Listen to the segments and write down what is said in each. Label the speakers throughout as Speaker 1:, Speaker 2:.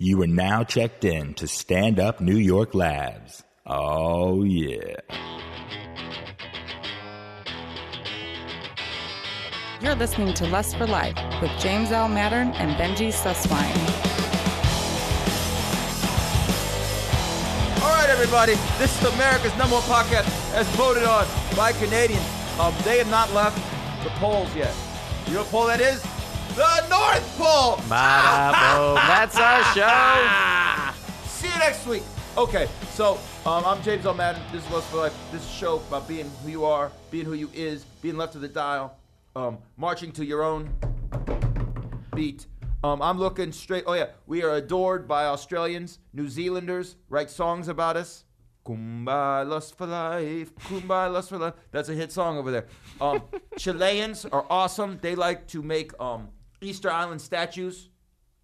Speaker 1: You are now checked in to Stand Up New York Labs. Oh, yeah.
Speaker 2: You're listening to Lust for Life with James L. Mattern and Benji Susswine.
Speaker 3: All right, everybody. This is America's number one podcast as voted on by Canadians. Um, they have not left the polls yet. You know what poll that is? The North Pole!
Speaker 4: That's our show.
Speaker 3: See you next week. Okay, so um, I'm James L. Madden. This is Lust for Life. This is a show about being who you are, being who you is, being left to the dial, um, marching to your own beat. Um, I'm looking straight. Oh yeah, we are adored by Australians, New Zealanders write songs about us. Kumbaya lust for life, kumbaya lust for life. That's a hit song over there. Um, Chileans are awesome. They like to make um, Easter Island statues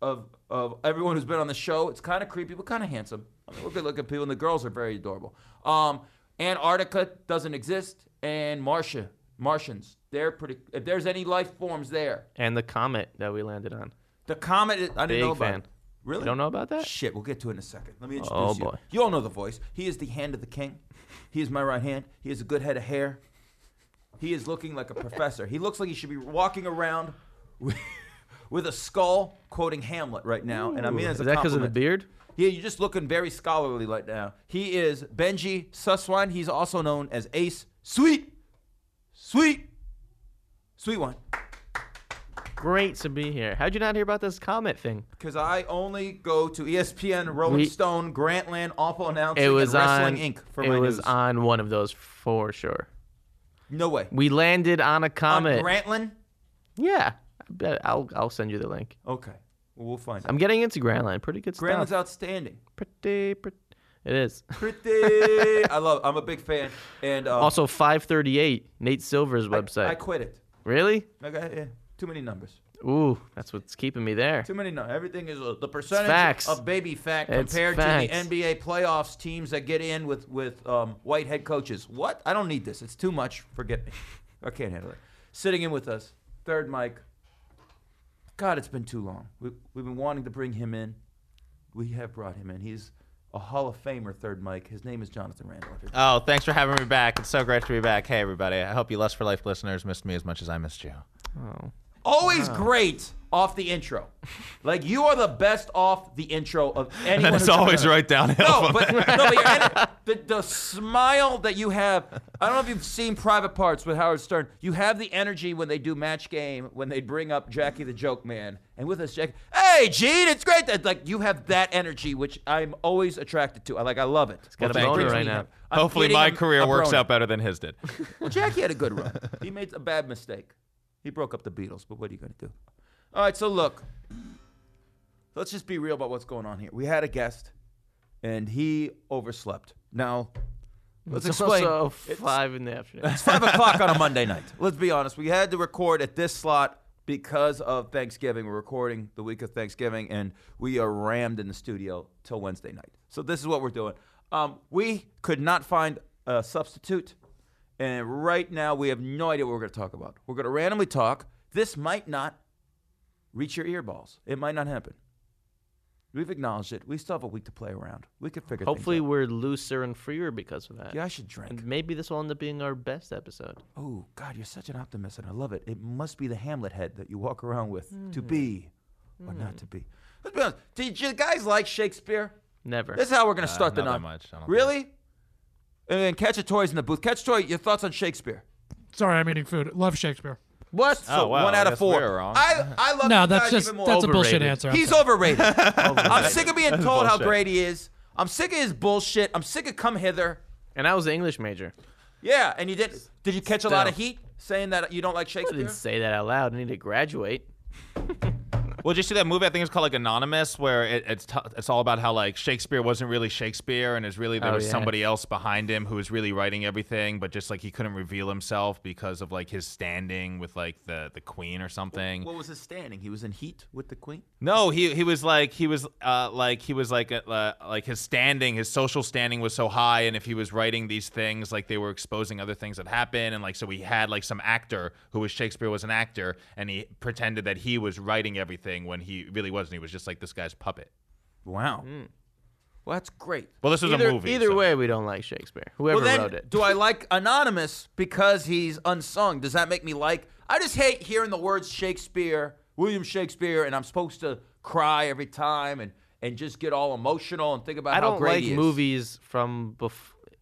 Speaker 3: of of everyone who's been on the show. It's kind of creepy, but kind of handsome. I mean, we're good looking people, and the girls are very adorable. Um, Antarctica doesn't exist, and Martia, Martians, they're pretty. If there's any life forms there,
Speaker 4: And the comet that we landed on.
Speaker 3: the comet. Is, I didn't
Speaker 4: Big
Speaker 3: know about.
Speaker 4: fan.
Speaker 3: it. Really?
Speaker 4: You don't know about that?
Speaker 3: Shit, we'll get to it in a second. Let me introduce
Speaker 4: Oh,
Speaker 3: you.
Speaker 4: boy.
Speaker 3: You all know the voice. He is the hand of the king. He is my right hand. He has a good head of hair. He is looking like a professor. He looks like he should be walking around with, with a skull, quoting Hamlet right now. and I mean, as
Speaker 4: Is that because of the beard?
Speaker 3: Yeah, you're just looking very scholarly right now. He is Benji Susswine. He's also known as Ace Sweet, Sweet, Sweet One.
Speaker 4: Great to be here. How'd you not hear about this comet thing?
Speaker 3: Because I only go to E ESPN, Rolling
Speaker 4: We-
Speaker 3: Stone, Grantland, Awful Announcing,
Speaker 4: It was
Speaker 3: and Wrestling
Speaker 4: on.
Speaker 3: Inc. for
Speaker 4: it
Speaker 3: my
Speaker 4: was
Speaker 3: news.
Speaker 4: on one of those for sure.
Speaker 3: no way.
Speaker 4: We landed on a
Speaker 3: On
Speaker 4: comet.
Speaker 3: Grantland?
Speaker 4: yeah, I bet- I'll I'll send you the link.
Speaker 3: Okay. Well, we'll find out.
Speaker 4: I'm getting into Grantland. Pretty good
Speaker 3: Grantland's
Speaker 4: stuff.
Speaker 3: outstanding.
Speaker 4: Pretty, pretty. It is.
Speaker 3: Pretty. I love I'm a big fan. And um,
Speaker 4: Also, 538, Nate Silver's
Speaker 3: I-
Speaker 4: website.
Speaker 3: I quit it.
Speaker 4: really?
Speaker 3: Okay, yeah. Too many numbers.
Speaker 4: Ooh, that's what's keeping me there.
Speaker 3: Too many numbers. Everything is uh, the percentage
Speaker 4: facts.
Speaker 3: of baby fat
Speaker 4: It's
Speaker 3: compared
Speaker 4: facts.
Speaker 3: to the NBA playoffs teams that get in with with um, white head coaches. What? I don't need this. It's too much. Forget me. I can't handle it. Sitting in with us, third mic. God, it's been too long. We, we've been wanting to bring him in. We have brought him in. He's a Hall of Famer, third mic. His name is Jonathan Randall.
Speaker 5: Oh, thanks for having me back. It's so great to be back. Hey, everybody. I hope you Lust for Life listeners missed me as much as I missed you.
Speaker 3: Always great off the intro. Like you are the best off the intro of anyone.
Speaker 5: And it's
Speaker 3: who's ever
Speaker 5: always
Speaker 3: done it.
Speaker 5: right downhill.
Speaker 3: No,
Speaker 5: from
Speaker 3: but,
Speaker 5: there.
Speaker 3: no, but your ener- the, the smile that you have. I don't know if you've seen Private Parts with Howard Stern. You have the energy when they do Match Game, when they bring up Jackie the Joke Man, and with us, Jackie. Hey, Gene, it's great that like you have that energy, which I'm always attracted to. I like. I love it.
Speaker 4: got
Speaker 5: a boner
Speaker 3: brings
Speaker 4: right
Speaker 3: me
Speaker 4: now.
Speaker 3: up. I'm
Speaker 5: Hopefully,
Speaker 3: getting
Speaker 5: my
Speaker 3: a-
Speaker 5: career
Speaker 3: a
Speaker 5: works
Speaker 3: brony.
Speaker 5: out better than his did.
Speaker 3: Well, Jackie had a good run. He made a bad mistake. He broke up the Beatles, but what are you going to do? All right, so look, let's just be real about what's going on here. We had a guest, and he overslept. Now, let's
Speaker 4: It's
Speaker 3: explain.
Speaker 4: also
Speaker 3: It's-
Speaker 4: five in the afternoon.
Speaker 3: it's five o'clock on a Monday night. Let's be honest. We had to record at this slot because of Thanksgiving. We're recording the week of Thanksgiving, and we are rammed in the studio till Wednesday night. So this is what we're doing. Um, we could not find a substitute, and right now we have no idea what we're going to talk about. We're going to randomly talk. This might not reach your earballs. It might not happen. We've acknowledged it. We still have a week to play around. We could figure. things
Speaker 4: Hopefully,
Speaker 3: out.
Speaker 4: we're looser and freer because of that.
Speaker 3: yeah, I should drink.
Speaker 4: And maybe this will end up being our best episode.
Speaker 3: Oh, God, you're such an optimist, and I love it. It must be the Hamlet head that you walk around with to be or
Speaker 5: Mm-hmm.
Speaker 3: not to be. Let's be honest. Did you guys like Shakespeare?
Speaker 4: Never.
Speaker 3: This is how we're going to
Speaker 5: Uh,
Speaker 3: start the
Speaker 5: not that
Speaker 3: night.
Speaker 5: much, I don't think.
Speaker 3: Really? And then Catch a Toy's in the booth. Catch a Toy, your thoughts on Shakespeare?
Speaker 6: Sorry, I'm eating food. Love Shakespeare.
Speaker 3: What?
Speaker 5: Oh, wow,
Speaker 3: one
Speaker 5: I
Speaker 3: out of
Speaker 5: guess
Speaker 3: four.
Speaker 5: we were wrong.
Speaker 3: I, I love
Speaker 6: No,
Speaker 3: you
Speaker 6: that's
Speaker 3: guys
Speaker 6: just
Speaker 3: even more.
Speaker 6: that's a
Speaker 4: Overrated.
Speaker 6: bullshit answer. I'm
Speaker 3: He's
Speaker 6: sorry.
Speaker 3: overrated. I'm sick of being told how
Speaker 5: bullshit.
Speaker 3: great he is. I'm sick of his bullshit. I'm sick of come hither.
Speaker 4: and I was an English major.
Speaker 3: Yeah, and you did. Did you catch a lot of
Speaker 4: Still.
Speaker 3: heat saying that you don't like
Speaker 4: I
Speaker 3: Shakespeare?
Speaker 4: didn't say that out loud. I need to graduate.
Speaker 5: Well, did you see that movie? I think it's called like Anonymous, where it, it's t- it's all about how like Shakespeare wasn't really Shakespeare, and it's really there
Speaker 4: Oh,
Speaker 5: was
Speaker 4: yeah.
Speaker 5: somebody else behind him who was really writing everything, but just like he couldn't reveal himself because of like his standing with like the the queen or something.
Speaker 3: What was his standing? He was in heat with the queen.
Speaker 5: No, he he was like he was uh, like he was like uh, like his standing, his social standing was so high, and if he was writing these things, like they were exposing other things that happened, and like so he had like some actor who was Shakespeare was an actor, and he pretended that he was writing everything when he really wasn't. He was just like this guy's puppet. Wow.
Speaker 4: Hmm.
Speaker 3: Well, that's great.
Speaker 5: Well, this was
Speaker 4: either
Speaker 5: a movie.
Speaker 4: either
Speaker 5: so-
Speaker 4: way, we don't like Shakespeare. Whoever
Speaker 3: well, then,
Speaker 4: wrote it.
Speaker 3: do I like Anonymous because he's unsung? Does that make me like? I just hate hearing the words Shakespeare, William Shakespeare, and I'm supposed to cry every time and, and just get all emotional and think about
Speaker 4: I
Speaker 3: how
Speaker 4: don't
Speaker 3: great
Speaker 4: like
Speaker 3: he is.
Speaker 4: movies from bef-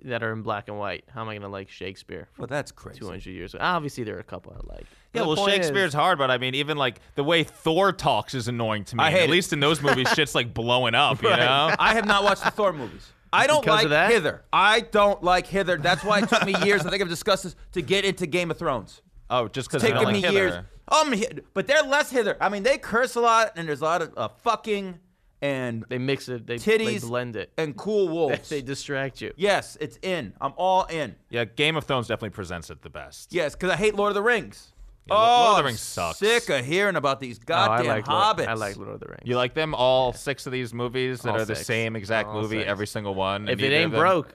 Speaker 4: that are in black and white. How am I going to like Shakespeare from
Speaker 3: Well, that's crazy.
Speaker 4: 200 years ago? Obviously, there are a couple I like.
Speaker 5: Yeah,
Speaker 4: The
Speaker 5: well,
Speaker 4: point is-
Speaker 5: Shakespeare's hard, but I mean, even like the way Thor talks is annoying to me.
Speaker 3: I
Speaker 5: And
Speaker 3: hate
Speaker 5: At
Speaker 3: it.
Speaker 5: least in those movies, shit's like blowing up, you know?
Speaker 3: I have not watched the Thor movies. I don't
Speaker 4: Because
Speaker 3: like
Speaker 4: of that?
Speaker 3: Hither. I don't like Hither. That's why it took me years. I think I've discussed this to get into Game of Thrones.
Speaker 5: Oh, just because
Speaker 3: Taking
Speaker 5: like
Speaker 3: me
Speaker 5: Hitler.
Speaker 3: years. Um, hi- but they're less Hither. I mean, they curse a lot, and there's a lot of uh, fucking and
Speaker 4: They mix it, they, they
Speaker 3: titties
Speaker 4: blend it,
Speaker 3: and cool wolves.
Speaker 4: they distract you.
Speaker 3: Yes, it's in. I'm all in.
Speaker 5: Yeah, Game of Thrones definitely presents it the best.
Speaker 3: Yes, because I hate Lord of the Rings.
Speaker 5: Lo- Lord of the
Speaker 3: I'm
Speaker 5: Rings sucks.
Speaker 3: Sick of hearing about these
Speaker 4: Oh, I
Speaker 3: goddamn
Speaker 4: like Lord,
Speaker 3: hobbits.
Speaker 4: I like Lord of the Rings.
Speaker 5: You like them? All six of these movies that
Speaker 4: All
Speaker 5: are the
Speaker 4: six.
Speaker 5: same exact
Speaker 4: All
Speaker 5: movie,
Speaker 4: six.
Speaker 5: every single one. and
Speaker 4: if it
Speaker 5: neither
Speaker 4: ain't
Speaker 5: of them-
Speaker 4: broke,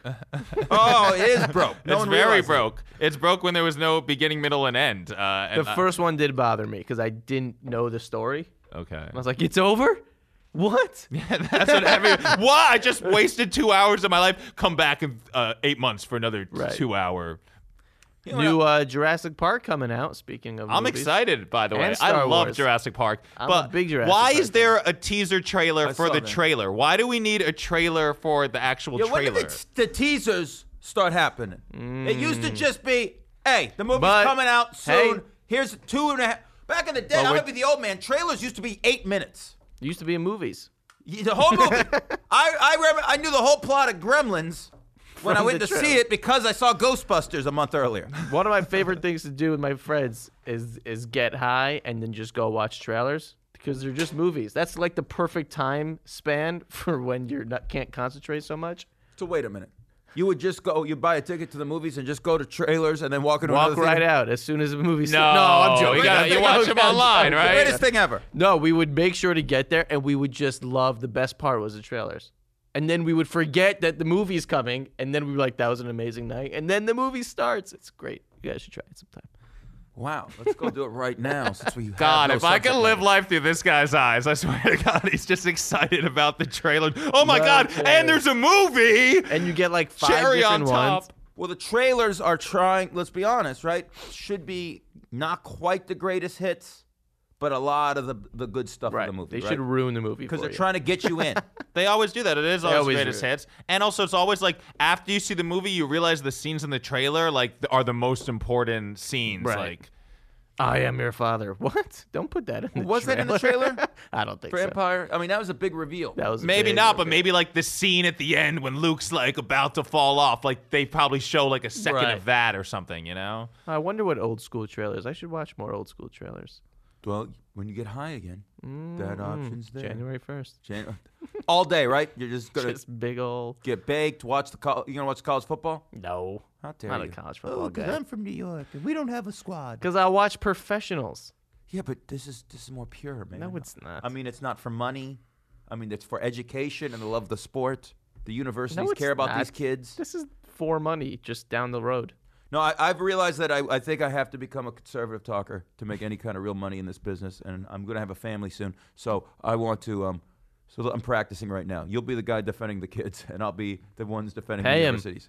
Speaker 3: Oh, it is broke. No
Speaker 5: it's
Speaker 3: one
Speaker 5: very
Speaker 3: realized it.
Speaker 5: broke. It's broke when there was no beginning, middle, and end. Uh,
Speaker 4: the
Speaker 5: and I-
Speaker 4: first one did bother me because I didn't know the story.
Speaker 5: okay.
Speaker 4: I was like, it's over? What?
Speaker 5: That's what every. Why? I just wasted two hours of my life. Come back in uh, eight months for another
Speaker 4: Right.
Speaker 5: two hour.
Speaker 4: New uh, Jurassic Park coming out. Speaking of,
Speaker 5: I'm
Speaker 4: movies.
Speaker 5: excited, by the way.
Speaker 4: And
Speaker 5: I
Speaker 4: Star
Speaker 5: love
Speaker 4: Wars.
Speaker 5: Jurassic Park.
Speaker 4: I'm
Speaker 5: but
Speaker 4: a big Jurassic
Speaker 5: why
Speaker 4: Park
Speaker 5: is there a teaser trailer
Speaker 3: I
Speaker 5: for
Speaker 3: saw
Speaker 5: the
Speaker 3: that.
Speaker 5: trailer? Why do we need a trailer for the actual
Speaker 3: Yeah, when did
Speaker 5: trailer?
Speaker 3: the, t- the teasers start happening? It used to just be, hey, the movie's
Speaker 4: Mm. But,
Speaker 3: coming out soon.
Speaker 4: hey-
Speaker 3: Here's two and a half. Back in the day, I'm
Speaker 4: we're-
Speaker 3: gonna be the old man. Trailers used to be eight minutes.
Speaker 4: It used to be in movies.
Speaker 3: Y- The whole movie. I I remember, I knew the whole plot of Gremlins when I
Speaker 4: From
Speaker 3: went
Speaker 4: the
Speaker 3: to see
Speaker 4: trailer.
Speaker 3: it because I saw Ghostbusters a month earlier.
Speaker 4: One of my favorite things to do with my friends is is get high and then just go watch trailers because they're just movies. That's like the perfect time span for when you're not can't concentrate so much.
Speaker 3: So wait a minute. You would just go. You buy a ticket to the movies and just go to trailers and then walk into
Speaker 4: Walk
Speaker 3: another
Speaker 4: right
Speaker 3: theater?
Speaker 4: out as soon as the movie.
Speaker 5: no,
Speaker 4: no, I'm joking.
Speaker 5: You, gotta, you watch them online,
Speaker 3: The
Speaker 5: right?
Speaker 3: Greatest thing ever.
Speaker 4: No, we would make sure to get there, and we would just love. The best part was the trailers, and then we would forget that the movie's coming, and then we were like, "That was an amazing night," and then the movie starts. It's great. You guys should try it sometime.
Speaker 3: Wow. Let's go do it right now since we. have
Speaker 5: God,
Speaker 3: no
Speaker 5: if I
Speaker 3: subject
Speaker 5: could live
Speaker 3: matter.
Speaker 5: life through this guy's eyes, I swear to God, he's just excited about the trailer. Oh my God! And there's a movie.
Speaker 4: And you get like five
Speaker 5: Cherry on
Speaker 4: different
Speaker 5: top.
Speaker 4: ones.
Speaker 3: Well, the trailers are trying, let's be honest, right? Should be not quite the greatest hits, but a lot of the, the good stuff
Speaker 4: Right.
Speaker 3: of the movie.
Speaker 4: they should ruin the movie
Speaker 3: Because
Speaker 4: for
Speaker 3: they're
Speaker 4: you.
Speaker 3: trying to get you in.
Speaker 5: They always do that. It is always,
Speaker 4: always
Speaker 5: greatest
Speaker 4: do it.
Speaker 5: hits. And also, it's always like after you see the movie, you realize the scenes in the trailer like th- are the most important scenes.
Speaker 4: Right.
Speaker 5: Like,
Speaker 4: I am your father. What? Don't put that in. The
Speaker 3: Was that in the trailer?
Speaker 4: I don't think
Speaker 3: For
Speaker 4: so.
Speaker 3: Empire, I mean, that was a big reveal.
Speaker 4: That was a
Speaker 5: Maybe
Speaker 4: big
Speaker 5: not, but
Speaker 4: movie.
Speaker 5: maybe like the scene at the end when Luke's like about to fall off, like they probably show like a second
Speaker 4: Right.
Speaker 5: of that or something, you know?
Speaker 4: I wonder what old school trailers. I should watch more old school trailers.
Speaker 3: Well, when you get high again, that option's there.
Speaker 4: Mm-hmm. January first.
Speaker 3: Jan- All day, right? You're just going to
Speaker 4: Just big old.
Speaker 3: get baked, watch the, col- you going to watch college football?
Speaker 4: No.
Speaker 3: How dare
Speaker 4: not
Speaker 3: you.
Speaker 4: a college football guy.
Speaker 3: Oh, from New York and we don't have a squad.
Speaker 4: Because I watch professionals.
Speaker 3: Yeah, but this is this is more pure, man.
Speaker 4: No, it's not.
Speaker 3: I mean, it's not for money. I mean, it's for education and the love of the sport. The universities
Speaker 4: No, it's
Speaker 3: care about
Speaker 4: not.
Speaker 3: these kids.
Speaker 4: This is for money, just down the road.
Speaker 3: No, I, I've realized that I, I think I have to become a conservative talker to make any kind of real money in this business, and I'm going to have a family soon. So I want to. Um, so I'm practicing right now. You'll be the guy defending the kids, and I'll be the ones defending the
Speaker 4: Pay 'em.
Speaker 3: universities.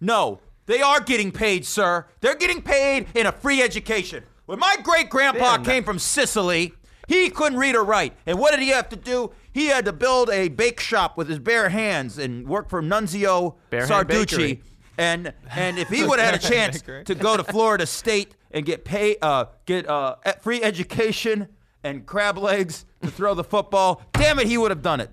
Speaker 3: No, they are getting paid, sir. They're getting paid in a free education. When my great grandpa
Speaker 4: Damn, that-
Speaker 3: came from Sicily, he couldn't read or write. And what did he have to do? He had to build a bake shop with his bare hands and work for Nunzio
Speaker 4: Bare
Speaker 3: Sarducci.
Speaker 4: Hand Bakery.
Speaker 3: And and if he would have had a chance to go to Florida State and get pay, uh, get uh, e- free education and crab legs to throw the football, damn it, he would have done it.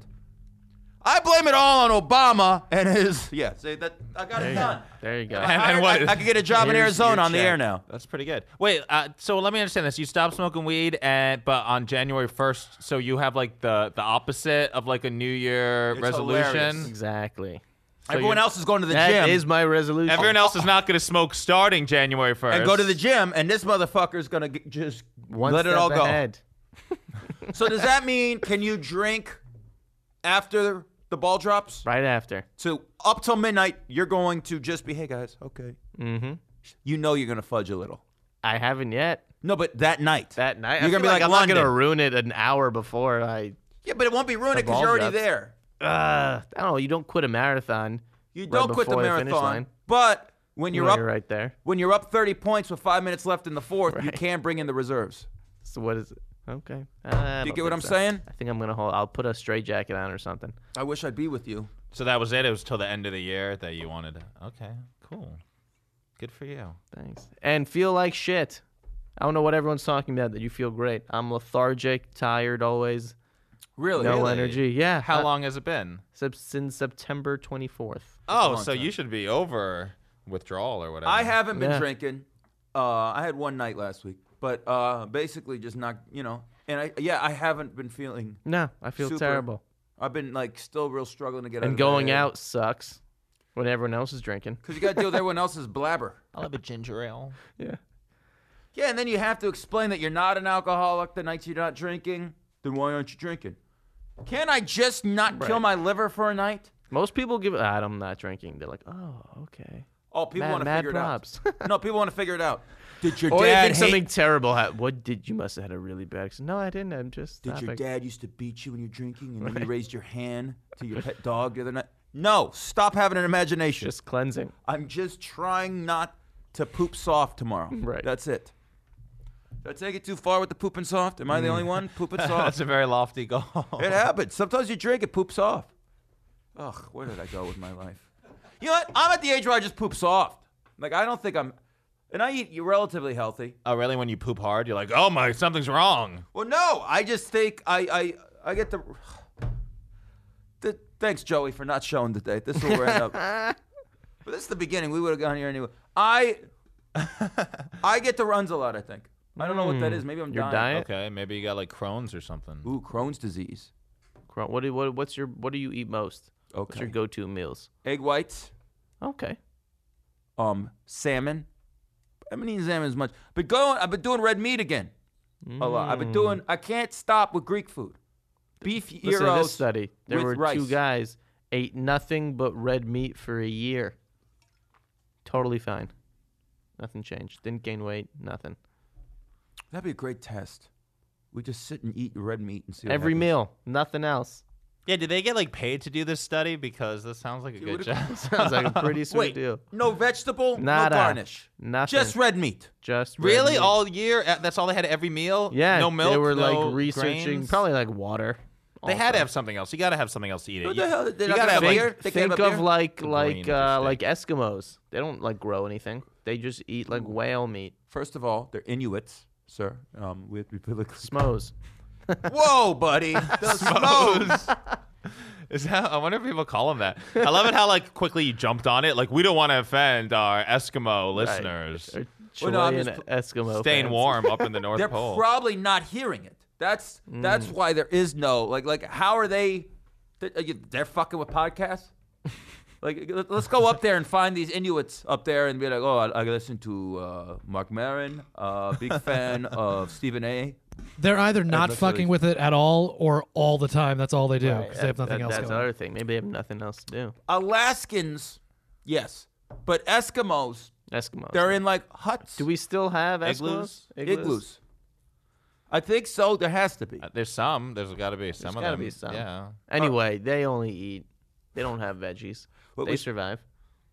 Speaker 3: I blame it all on Obama and his. Yeah, see that I got it done.
Speaker 4: There you go.
Speaker 5: And- and what
Speaker 3: I,
Speaker 5: is-
Speaker 3: I could get a job in
Speaker 4: Here's
Speaker 3: Arizona
Speaker 4: your
Speaker 3: on the air
Speaker 4: check.
Speaker 3: now.
Speaker 5: That's pretty good. Wait, uh, so let me understand this. You stopped smoking weed, and but on January 1st, so you have like the, the opposite of like a New Year resolution.
Speaker 3: hilarious.
Speaker 4: exactly.
Speaker 3: Everyone
Speaker 5: you-
Speaker 3: else is going to the
Speaker 4: That is
Speaker 3: gym
Speaker 4: my resolution.
Speaker 5: Everyone else is not going to smoke starting January 1st.
Speaker 3: and go to the gym, and this motherfucker's gonna g- just
Speaker 4: One
Speaker 3: let it
Speaker 4: step
Speaker 3: all go.
Speaker 4: ahead.
Speaker 3: So does that mean can you drink after the ball drops?
Speaker 4: Right after.
Speaker 3: So up till midnight, you're going to just be, hey guys, okay. Mm-hmm. You know you're gonna fudge a little.
Speaker 4: I haven't yet.
Speaker 3: No, but that night.
Speaker 4: That night.
Speaker 3: You're gonna
Speaker 4: I feel
Speaker 3: be like,
Speaker 4: I'm not
Speaker 3: London.
Speaker 4: gonna ruin it an hour before I
Speaker 3: Yeah, but it won't be ruined because
Speaker 4: ball
Speaker 3: you're already
Speaker 4: drops.
Speaker 3: there.
Speaker 4: Uh, I don't know. You don't quit a marathon.
Speaker 3: You
Speaker 4: right
Speaker 3: don't quit the
Speaker 4: before finish
Speaker 3: marathon,
Speaker 4: line.
Speaker 3: but when you're
Speaker 4: No,
Speaker 3: up
Speaker 4: You're right there.
Speaker 3: when you're up 30 points with five minutes left in the fourth, you can bring in the reserves.
Speaker 4: So what is it? Okay. Uh, I
Speaker 3: Do you
Speaker 4: don't
Speaker 3: get what
Speaker 4: think
Speaker 3: I'm
Speaker 4: so.
Speaker 3: saying?
Speaker 4: I think I'm gonna hold. I'll put a straight jacket on or something.
Speaker 3: I wish I'd be with you.
Speaker 5: So that was it. It was till the end of the year that you wanted. Okay, cool. Good for you.
Speaker 4: Thanks. And feel like shit. I don't know what everyone's talking about. That you feel great. I'm lethargic, tired always,
Speaker 3: Really?
Speaker 4: no energy. Yeah.
Speaker 5: How
Speaker 4: uh,
Speaker 5: long has it been?
Speaker 4: sep- Since September 24th.
Speaker 5: Oh,
Speaker 3: long
Speaker 5: so
Speaker 3: time.
Speaker 5: you should be over withdrawal or whatever.
Speaker 3: I haven't been
Speaker 4: Yeah.
Speaker 3: drinking. Uh, I had one night last week, but uh, basically just not, you know. And I yeah, I haven't been feeling.
Speaker 4: No, I feel
Speaker 3: Super.
Speaker 4: terrible.
Speaker 3: I've been like still real struggling to get.
Speaker 4: And going out sucks when everyone else is drinking.
Speaker 3: because you got to deal with everyone else's blabber.
Speaker 5: I'll have a ginger ale.
Speaker 4: Yeah.
Speaker 3: Yeah, and then you have to explain that you're not an alcoholic the nights you're not drinking. Then why aren't you drinking? Can I just not kill
Speaker 4: Right.
Speaker 3: my liver for a night?
Speaker 4: Most people give. Ah, I'm not drinking. They're like, oh, okay.
Speaker 3: Oh, people
Speaker 4: Mad-
Speaker 3: want to
Speaker 4: mad
Speaker 3: figure
Speaker 4: props.
Speaker 3: it out. no, people want to figure it out. Did your
Speaker 4: Or they
Speaker 3: dad
Speaker 4: think
Speaker 3: hate?
Speaker 4: something terrible happened. What did you must have had a really bad accident? No, I didn't. I'm just.
Speaker 3: Did your
Speaker 4: stopping.
Speaker 3: dad used to beat you when you're drinking, and then you raised your hand to your pet dog the other night? No, stop having an imagination.
Speaker 4: just cleansing?
Speaker 3: I'm just trying not to poop soft tomorrow.
Speaker 4: Right.
Speaker 3: That's it. Did I take it too far with the pooping soft? Am I the only one pooping soft?
Speaker 5: Mm. That's a very lofty goal.
Speaker 3: It happens. Sometimes you drink, it poops off. Ugh, where did I go with my life? You know what? I'm at the age where I just poop soft. Like, I don't think I'm. And I eat relatively healthy.
Speaker 5: oh, really? When you poop hard, you're like, oh my, something's wrong.
Speaker 3: Well, no, I just think I I I get the. the thanks, Joey, for not showing the date. This is where we're end up. But this is the beginning. We would have gone here anyway. I I get the runs a lot. I think. I don't know what that is. Maybe I'm
Speaker 4: Your
Speaker 3: dying.
Speaker 4: diet?
Speaker 5: Okay, maybe you got like Crohn's or something.
Speaker 3: Ooh, Crohn's disease.
Speaker 4: Cro- What do what what's your what do you eat most? What's your
Speaker 3: Okay.
Speaker 4: go-to meals?
Speaker 3: Egg whites.
Speaker 4: Okay.
Speaker 3: Um, salmon. I haven't eaten salmon as much. But going. I've been doing red meat again. A lot. I've been doing. I can't stop with Greek food. Beef
Speaker 4: Hmm. Listen to this
Speaker 3: gyros.
Speaker 4: study. There
Speaker 3: with
Speaker 4: were
Speaker 3: rice.
Speaker 4: two guys ate nothing but red meat for a year. Totally fine. Nothing changed. Didn't gain weight. Nothing.
Speaker 3: That'd be a great test. We just sit and eat red meat and see. what
Speaker 4: Every
Speaker 3: happens.
Speaker 4: meal. Nothing else.
Speaker 5: Yeah, did they get like paid to do this study? Because this sounds like a good
Speaker 3: what
Speaker 5: job.
Speaker 4: Sounds like a pretty sweet
Speaker 3: Wait,
Speaker 4: deal.
Speaker 3: no vegetable,
Speaker 4: Nada.
Speaker 3: no garnish,
Speaker 4: Nothing.
Speaker 3: just red meat.
Speaker 4: Just red
Speaker 5: really,
Speaker 4: meat.
Speaker 5: all year? Uh, That's all they had every meal.
Speaker 4: yeah.
Speaker 5: no milk.
Speaker 4: They were
Speaker 5: no
Speaker 4: like researching
Speaker 5: grains?
Speaker 4: probably like water.
Speaker 5: They had to
Speaker 4: also.
Speaker 5: have something else. You got to have something else to eat. It.
Speaker 3: What the
Speaker 5: You-
Speaker 3: hell? They're
Speaker 5: you
Speaker 3: not gonna
Speaker 5: gotta
Speaker 3: have
Speaker 5: have like
Speaker 3: beer? They can't
Speaker 4: think
Speaker 3: have
Speaker 4: of
Speaker 3: beer?
Speaker 4: like
Speaker 5: Green
Speaker 4: like
Speaker 5: fish
Speaker 4: uh,
Speaker 5: stick.
Speaker 4: like Eskimos. They don't like grow anything. They just eat like whale meat.
Speaker 3: First of all, they're Inuits, sir. Um, we have to be politically-
Speaker 4: Smos.
Speaker 3: Whoa, buddy! The smokes.
Speaker 5: Is that, I wonder if people call them that. I love it how like quickly you jumped on it. Like we don't want to offend our Eskimo listeners.
Speaker 4: Or
Speaker 3: Well, no, I'm
Speaker 4: Chilean
Speaker 3: just-
Speaker 4: Eskimo.
Speaker 5: Staying
Speaker 4: fans.
Speaker 5: warm up in the North
Speaker 3: They're
Speaker 5: Pole.
Speaker 3: probably not hearing it. That's that's
Speaker 4: Mm.
Speaker 3: why there is no like like how are they? th- are you- They're fucking with podcasts. Like, let- let's go up there and find these Inuits up there and be like, oh, I, I listen to uh, Mark Marin, uh, big fan of Stephen A.
Speaker 6: They're either not
Speaker 3: that's really-
Speaker 6: fucking with it at all or all the time. That's all they do because they have nothing
Speaker 4: That-
Speaker 6: else
Speaker 4: That's
Speaker 6: going.
Speaker 4: another thing. Maybe they have nothing else to do.
Speaker 3: Alaskans, yes, but Eskimos,
Speaker 4: Eskimos.
Speaker 3: they're in like huts.
Speaker 4: Do we still have Eskimos?
Speaker 5: Igloos?
Speaker 3: igloos? I think so. There has to be.
Speaker 5: Uh, There's some. There's got to be some of
Speaker 4: gotta
Speaker 5: them.
Speaker 4: be some.
Speaker 5: Yeah.
Speaker 4: Anyway, they only eat. They don't have veggies. they
Speaker 3: was-
Speaker 4: survive.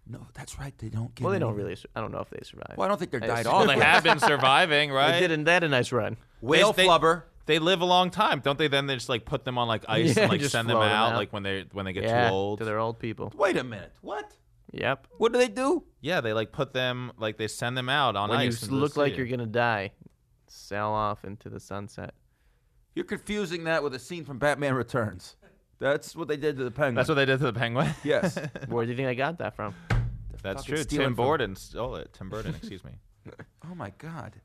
Speaker 3: No, that's right. They don't. Get
Speaker 4: Well, they
Speaker 3: any-
Speaker 4: don't really. Sur- I don't know if they survive.
Speaker 3: Well, I don't think they're
Speaker 4: I
Speaker 3: died
Speaker 4: assume
Speaker 3: off.
Speaker 5: Well, they have been surviving, right?
Speaker 4: Oh, They did. A, they had a nice run.
Speaker 3: Whale
Speaker 5: They- they-
Speaker 3: flubber.
Speaker 5: They live a long time, don't they? Then they just like put them on like ice
Speaker 4: Yeah,
Speaker 5: and like
Speaker 4: just
Speaker 5: send them
Speaker 4: float 'em
Speaker 5: out,
Speaker 4: out.
Speaker 5: like when they when they get
Speaker 4: Yeah,
Speaker 5: too old.
Speaker 4: to their old people.
Speaker 3: Wait a minute. What?
Speaker 4: Yep.
Speaker 3: What do they do?
Speaker 5: Yeah, they like put them like they send them out on
Speaker 4: When you
Speaker 5: ice.
Speaker 4: s-
Speaker 5: into the
Speaker 4: look like
Speaker 5: sea.
Speaker 4: you're gonna die, sail off into the sunset.
Speaker 3: You're confusing that with a scene from Batman Returns. That's what they did to the penguin.
Speaker 5: That's what they did to the penguin.
Speaker 3: Yes.
Speaker 4: Where do you think I got that from?
Speaker 5: That's
Speaker 3: Fucking
Speaker 5: true.
Speaker 3: stealing
Speaker 5: Tim
Speaker 3: from-
Speaker 5: Burton stole it. Tim Burton, excuse me.
Speaker 3: oh my god.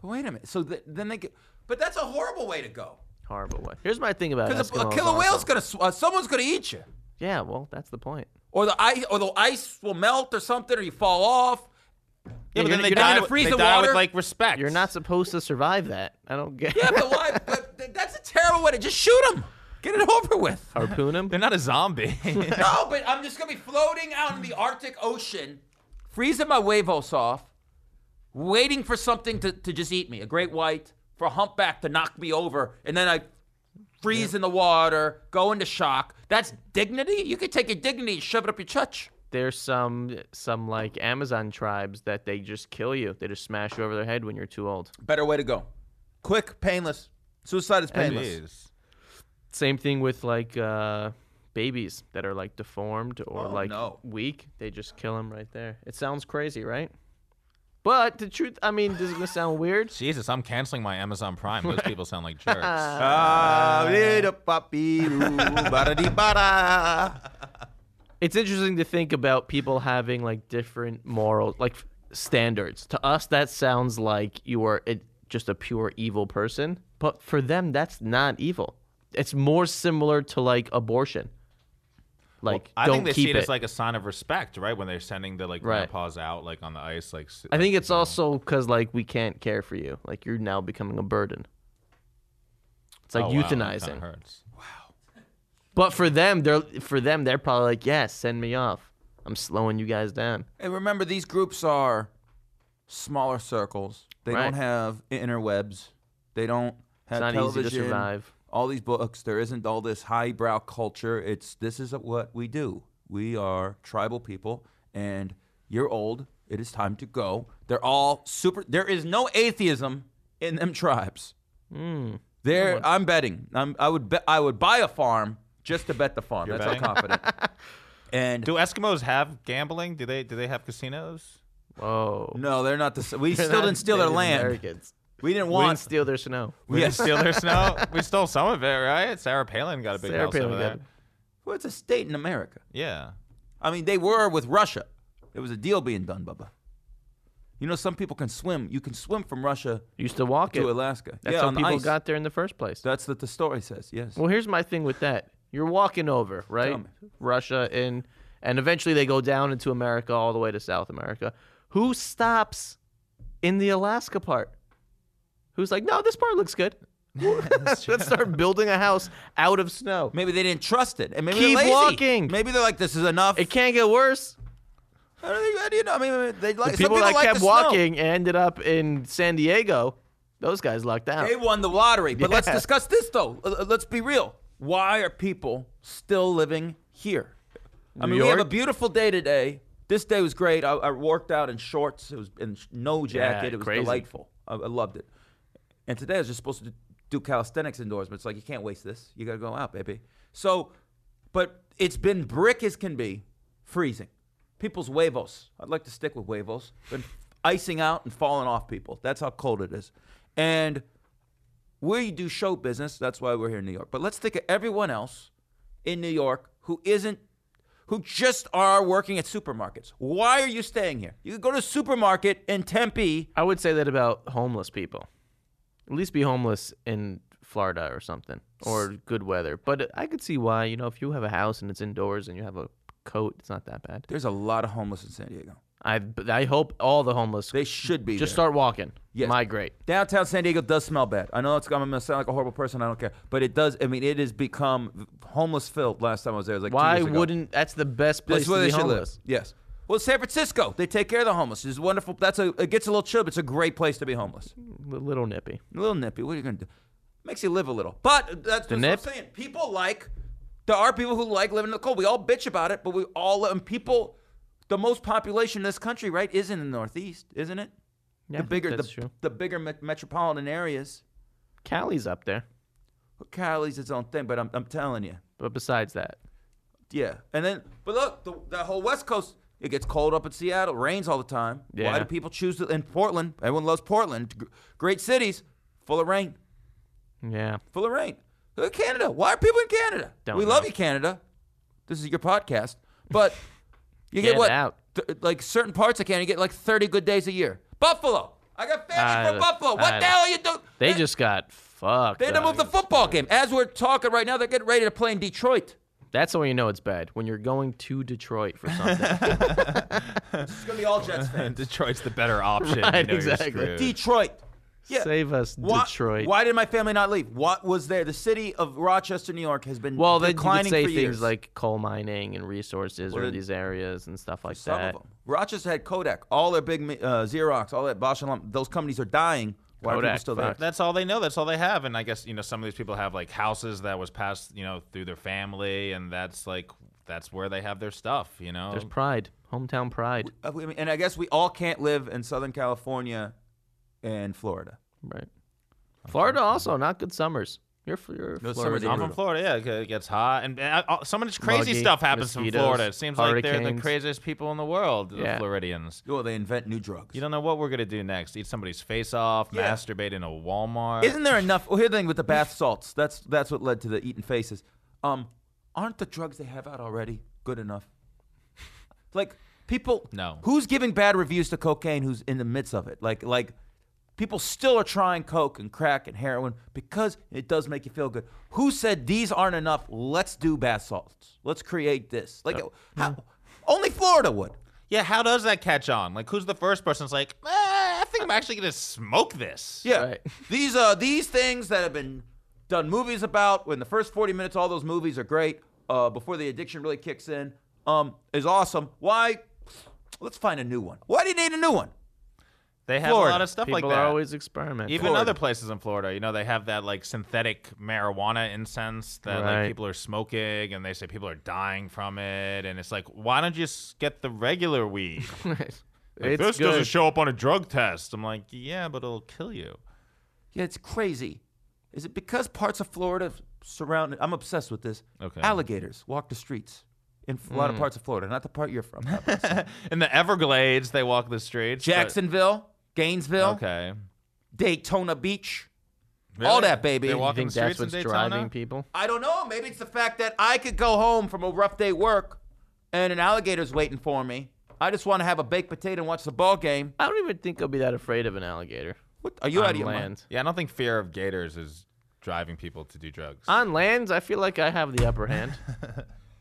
Speaker 3: But wait a minute. So th- then they get. But that's a horrible way to go.
Speaker 4: Horrible way. Here's my thing about
Speaker 3: Because a, a
Speaker 4: Eskimos
Speaker 3: killer
Speaker 4: also.
Speaker 3: whale's Uh, gonna. Sw- uh, someone's gonna eat you.
Speaker 4: Yeah, well, that's the point.
Speaker 3: Or the ice. Or the ice will melt or something, or you fall off.
Speaker 5: Yeah, but
Speaker 4: you're
Speaker 5: then
Speaker 4: not-
Speaker 5: they
Speaker 4: you're not
Speaker 5: die,
Speaker 4: gonna
Speaker 5: with,
Speaker 3: freeze
Speaker 5: they
Speaker 3: the
Speaker 5: die
Speaker 3: water.
Speaker 5: with like respect.
Speaker 4: You're not supposed to survive that. I don't get.
Speaker 3: Yeah, but why? but th- that's a terrible way to just shoot him. Get it over with.
Speaker 4: harpoon him.
Speaker 5: They're not a zombie.
Speaker 3: No, but I'm just gonna be floating out in the Arctic Ocean, freezing my huevos off, waiting for something to, to just eat me. A great white, for a humpback to knock me over, and then I freeze in the water, go into shock. That's dignity. You could take your dignity and shove it up your chutch.
Speaker 4: There's some some like Amazon tribes that they just kill you. They just smash you over their head when you're too old.
Speaker 3: Better way to go. Quick, painless. Suicide is painless.
Speaker 5: Jeez.
Speaker 4: Same thing with like uh, babies that are like deformed or
Speaker 3: Oh,
Speaker 4: like
Speaker 3: no.
Speaker 4: weak. They just kill them right there. It sounds crazy, right? But the truth, I mean, this is gonna sound weird.
Speaker 5: Jesus, I'm canceling my Amazon Prime. Those people sound like jerks.
Speaker 3: Ah, little puppy, doo, ba-da-dee-ba-da.
Speaker 4: It's interesting to think about people having like different moral like f- standards. To us, that sounds like you are it, just a pure evil person, but for them, that's not evil. It's more similar to like abortion. Like
Speaker 5: I
Speaker 4: don't
Speaker 5: think they
Speaker 4: keep
Speaker 5: see it,
Speaker 4: it.
Speaker 5: as like a sign of respect, right? When they're sending the like
Speaker 4: Right.
Speaker 5: grandpas out like on the ice, like s-
Speaker 4: I think it's
Speaker 5: you know.
Speaker 4: also because like we can't care for you. Like you're now becoming a burden. It's like
Speaker 5: Oh, wow, that kinda
Speaker 4: euthanizing.
Speaker 5: hurts.
Speaker 4: but for them, they're for them they're probably like, yes, send me off. I'm slowing you guys down.
Speaker 3: And remember, these groups are smaller circles. They
Speaker 4: Right.
Speaker 3: don't have interwebs. They don't
Speaker 4: It's
Speaker 3: have
Speaker 4: not
Speaker 3: television.
Speaker 4: easy to survive.
Speaker 3: All these books. There isn't all this highbrow culture. It's this is what we do. We are tribal people, and you're old. It is time to go. They're all super. There is no atheism in them tribes.
Speaker 4: Hmm.
Speaker 3: There, I'm betting. I'm, I would bet. I would buy a farm just to bet the farm.
Speaker 5: You're
Speaker 3: That's how
Speaker 5: betting?
Speaker 3: confident. and
Speaker 5: Do Eskimos have gambling? Do they do they have casinos?
Speaker 4: Whoa.
Speaker 3: no, they're not the. s- We
Speaker 4: They're
Speaker 3: still
Speaker 4: not
Speaker 3: didn't steal their
Speaker 4: Native
Speaker 3: land.
Speaker 4: Americans.
Speaker 3: We didn't
Speaker 4: We didn't
Speaker 3: want.
Speaker 4: steal their snow.
Speaker 5: We
Speaker 3: Yes.
Speaker 5: didn't steal their snow. We stole some of it, right? Sarah Palin got a big
Speaker 4: Sarah
Speaker 5: house
Speaker 4: Palin
Speaker 5: over
Speaker 4: got
Speaker 5: there.
Speaker 4: it.
Speaker 3: Well, it's a state in America.
Speaker 5: Yeah.
Speaker 3: I mean, they were with Russia. There was a deal being done, Bubba. You know, some people can swim. You can swim from Russia
Speaker 4: Used to walk it.
Speaker 3: to Alaska.
Speaker 4: That's
Speaker 3: yeah,
Speaker 4: how
Speaker 3: on the
Speaker 4: people
Speaker 3: ice.
Speaker 4: got there in the first place.
Speaker 3: That's what the story says. Yes.
Speaker 4: Well, here's my thing with that. You're walking over, right?
Speaker 3: me.
Speaker 4: Russia and and eventually they go down into America all the way to South America. Who stops in the Alaska part? Who's like, "No, this part looks good. Let's start building a house out of snow.
Speaker 3: maybe they didn't trust it, and maybe
Speaker 4: Keep
Speaker 3: they're lazy.
Speaker 4: walking.
Speaker 3: Maybe they're like, "This is enough."
Speaker 4: It can't get worse."
Speaker 3: How do they- how do you know? I mean, they like
Speaker 4: The
Speaker 3: some
Speaker 4: people that
Speaker 3: like
Speaker 4: kept
Speaker 3: the
Speaker 4: walking and ended up in San Diego. Those guys lucked out.
Speaker 3: Snow. They won the lottery. But let's
Speaker 4: Yeah.
Speaker 3: discuss this though. Uh, uh, Let's be real. Why are people still living here? I mean, we have a
Speaker 4: York?
Speaker 3: beautiful day today. This day was great. I, I worked out in shorts. It was in sh- no jacket. it was
Speaker 4: crazy.
Speaker 3: delightful. I, I loved it. And today I was just supposed to do calisthenics indoors, but it's like you can't waste this. You got to go out, baby. So, but it's been brick as can be, freezing. People's huevos. I'd like to stick with huevos. Been icing out and falling off people. That's how cold it is. And we do show business. That's why we're here in New York. But let's think of everyone else in New York who isn't who just are working at supermarkets. Why are you staying here? You could go to a supermarket in Tempe.
Speaker 4: I would say that about homeless people. At least be homeless in Florida or something, or good weather. But I could see why, you know, if you have a house and it's indoors and you have a coat, it's not that bad.
Speaker 3: There's a lot of homeless in San Diego.
Speaker 4: I but I hope all the homeless
Speaker 3: They should be
Speaker 4: just
Speaker 3: there.
Speaker 4: start walking,
Speaker 3: Yes.
Speaker 4: migrate.
Speaker 3: Downtown San Diego does smell bad. I know it's I'm gonna sound like a horrible person. I don't care, but it does. I mean, it has become homeless filled. Last time I was there, it was like two
Speaker 4: Why
Speaker 3: years ago.
Speaker 4: wouldn't? That's the best place
Speaker 3: That's where
Speaker 4: to
Speaker 3: they
Speaker 4: be
Speaker 3: should
Speaker 4: homeless.
Speaker 3: live. Yes. Well, San Francisco, they take care of the homeless. It's wonderful. That's a it gets a little chill, but it's a great place to be homeless.
Speaker 4: A little nippy.
Speaker 3: A little nippy. What are you gonna do? Makes you live a little. But that's what I'm
Speaker 4: nip?
Speaker 3: saying. People like. There are people who like living in the cold. We all bitch about it, but we all and people. The most population in this country, right, is in the Northeast, isn't it?
Speaker 4: Yeah, I
Speaker 3: the
Speaker 4: think
Speaker 3: bigger,
Speaker 4: that's
Speaker 3: the,
Speaker 4: true.
Speaker 3: the bigger met- metropolitan areas.
Speaker 4: Cali's up there,
Speaker 3: Well, Cali's its own thing, but I'm, I'm telling you,
Speaker 4: but besides that,
Speaker 3: yeah. And then, but look, the, the whole West Coast, it gets cold up in Seattle, rains all the time. Why
Speaker 4: Yeah.
Speaker 3: do people choose to? In Portland, everyone loves Portland. G- Great cities, full of rain.
Speaker 4: yeah,
Speaker 3: full of rain. Look at Canada. Why are people in Canada?
Speaker 4: Don't
Speaker 3: we
Speaker 4: know.
Speaker 3: love you, Canada. This is your podcast, but you get,
Speaker 4: Get
Speaker 3: what?
Speaker 4: out.
Speaker 3: Th- like certain parts of Canada, you get like 30 good days a year. Buffalo. I got family
Speaker 4: I
Speaker 3: from
Speaker 4: don't-
Speaker 3: Buffalo.
Speaker 4: I
Speaker 3: What the
Speaker 4: don't-
Speaker 3: hell are you doing?
Speaker 4: they just got fucked.
Speaker 3: they had to
Speaker 4: up.
Speaker 3: move the football game. As we're talking right now, they're getting ready to play in Detroit.
Speaker 4: That's when you know it's bad when you're going to Detroit for something.
Speaker 3: It's gonna be all Jets fans.
Speaker 5: Detroit's the better option.
Speaker 4: Right,
Speaker 5: you know, you're
Speaker 4: exactly.
Speaker 5: screwed.
Speaker 3: Detroit. Yeah.
Speaker 4: Save us,
Speaker 3: Why-
Speaker 4: Detroit.
Speaker 3: Why did my family not leave? What was there? The city of Rochester, New York, has been
Speaker 4: Well, then you could
Speaker 3: declining
Speaker 4: say
Speaker 3: for
Speaker 4: things
Speaker 3: years.
Speaker 4: like coal mining and resources
Speaker 3: Well,
Speaker 4: or
Speaker 3: then-
Speaker 4: these areas and stuff like
Speaker 3: Some
Speaker 4: that.
Speaker 3: of them. Rochester had Kodak. All their big ma- uh, Xerox, all that Bosch and Lomb- those companies are dying Why are people
Speaker 4: Kodak,
Speaker 3: still there?
Speaker 4: Fox.
Speaker 5: That's all they know. That's all they have. And I guess you know some of these people have like houses that was passed you know through their family, and that's like that's where they have their stuff. You know,
Speaker 4: There's pride, hometown pride.
Speaker 3: I mean, and I guess uh, we all can't live in Southern California and Florida.
Speaker 4: Right. Florida also not good summers. You're, f- you're
Speaker 3: No
Speaker 4: Florida.
Speaker 3: summers
Speaker 5: I'm from
Speaker 3: brutal.
Speaker 5: Florida. Yeah, it g- it gets hot, and, and I, I- so much crazy
Speaker 4: Muggy,
Speaker 5: stuff happens from
Speaker 4: mosquitoes,
Speaker 5: Florida. It seems like they're the
Speaker 4: hurricanes.
Speaker 5: craziest people in the world,
Speaker 4: Yeah.
Speaker 5: the Floridians.
Speaker 3: Oh, they invent new drugs.
Speaker 5: You don't know what we're gonna do next. Eat somebody's face off,
Speaker 3: Yeah.
Speaker 5: masturbate in a Walmart.
Speaker 3: Isn't there enough? Well, here's the thing with the bath salts. That's that's what led to the eating faces. Um, aren't the drugs they have out already good enough? Like people,
Speaker 5: No.
Speaker 3: Who's giving bad reviews to cocaine? Who's in the midst of it? Like like, people still are trying coke and crack and heroin because it does make you feel good. Who said these aren't enough? Let's do bath salts. Let's create this. Like how, only Florida would.
Speaker 5: yeah, how does that catch on? Like, who's the first person? that's like, eh, I think I'm actually gonna smoke this.
Speaker 3: Yeah.
Speaker 4: Right.
Speaker 3: These uh these things that have been done movies about when the first 40 minutes all those movies are great uh before the addiction really kicks in um is awesome. Why let's find a new one. Why do you need a new one?
Speaker 5: they have
Speaker 3: Florida.
Speaker 5: a lot of stuff
Speaker 4: People
Speaker 5: like that.
Speaker 4: are always experimenting.
Speaker 5: Even
Speaker 3: Florida.
Speaker 5: other places in Florida, you know, they have that like synthetic marijuana incense that like
Speaker 4: Right.
Speaker 5: people are smoking, and they say people are dying from it, and it's like, why don't you just get the regular weed?
Speaker 4: it's
Speaker 5: Like, this doesn't
Speaker 4: good.
Speaker 5: show up on a drug test. I'm like, yeah, but it'll kill you.
Speaker 3: Yeah, it's crazy. Is it because parts of Florida surrounded I'm obsessed with this.
Speaker 5: Okay. Mm.
Speaker 3: Alligators walk the streets in a lot of parts of Florida, not the part you're from. obviously.
Speaker 5: In the Everglades, they walk the streets. but-
Speaker 3: Jacksonville, Gainesville,
Speaker 5: okay.
Speaker 3: Daytona Beach. All that, baby.
Speaker 5: They
Speaker 3: You
Speaker 5: walk
Speaker 4: I think
Speaker 5: the
Speaker 4: that's
Speaker 5: streets
Speaker 4: what's
Speaker 5: in Daytona?
Speaker 4: driving people.
Speaker 3: I don't know. Maybe it's the fact that I could go home from a rough day work and an alligator's waiting for me. I just want to have a baked potato and watch the ball game.
Speaker 4: I don't even think I'll be that afraid of an alligator.
Speaker 3: What are you
Speaker 4: on
Speaker 3: out of your
Speaker 4: land.
Speaker 3: mind?
Speaker 5: Yeah, I don't think fear of gators is driving people to do drugs.
Speaker 4: On land, I feel like I have the upper hand.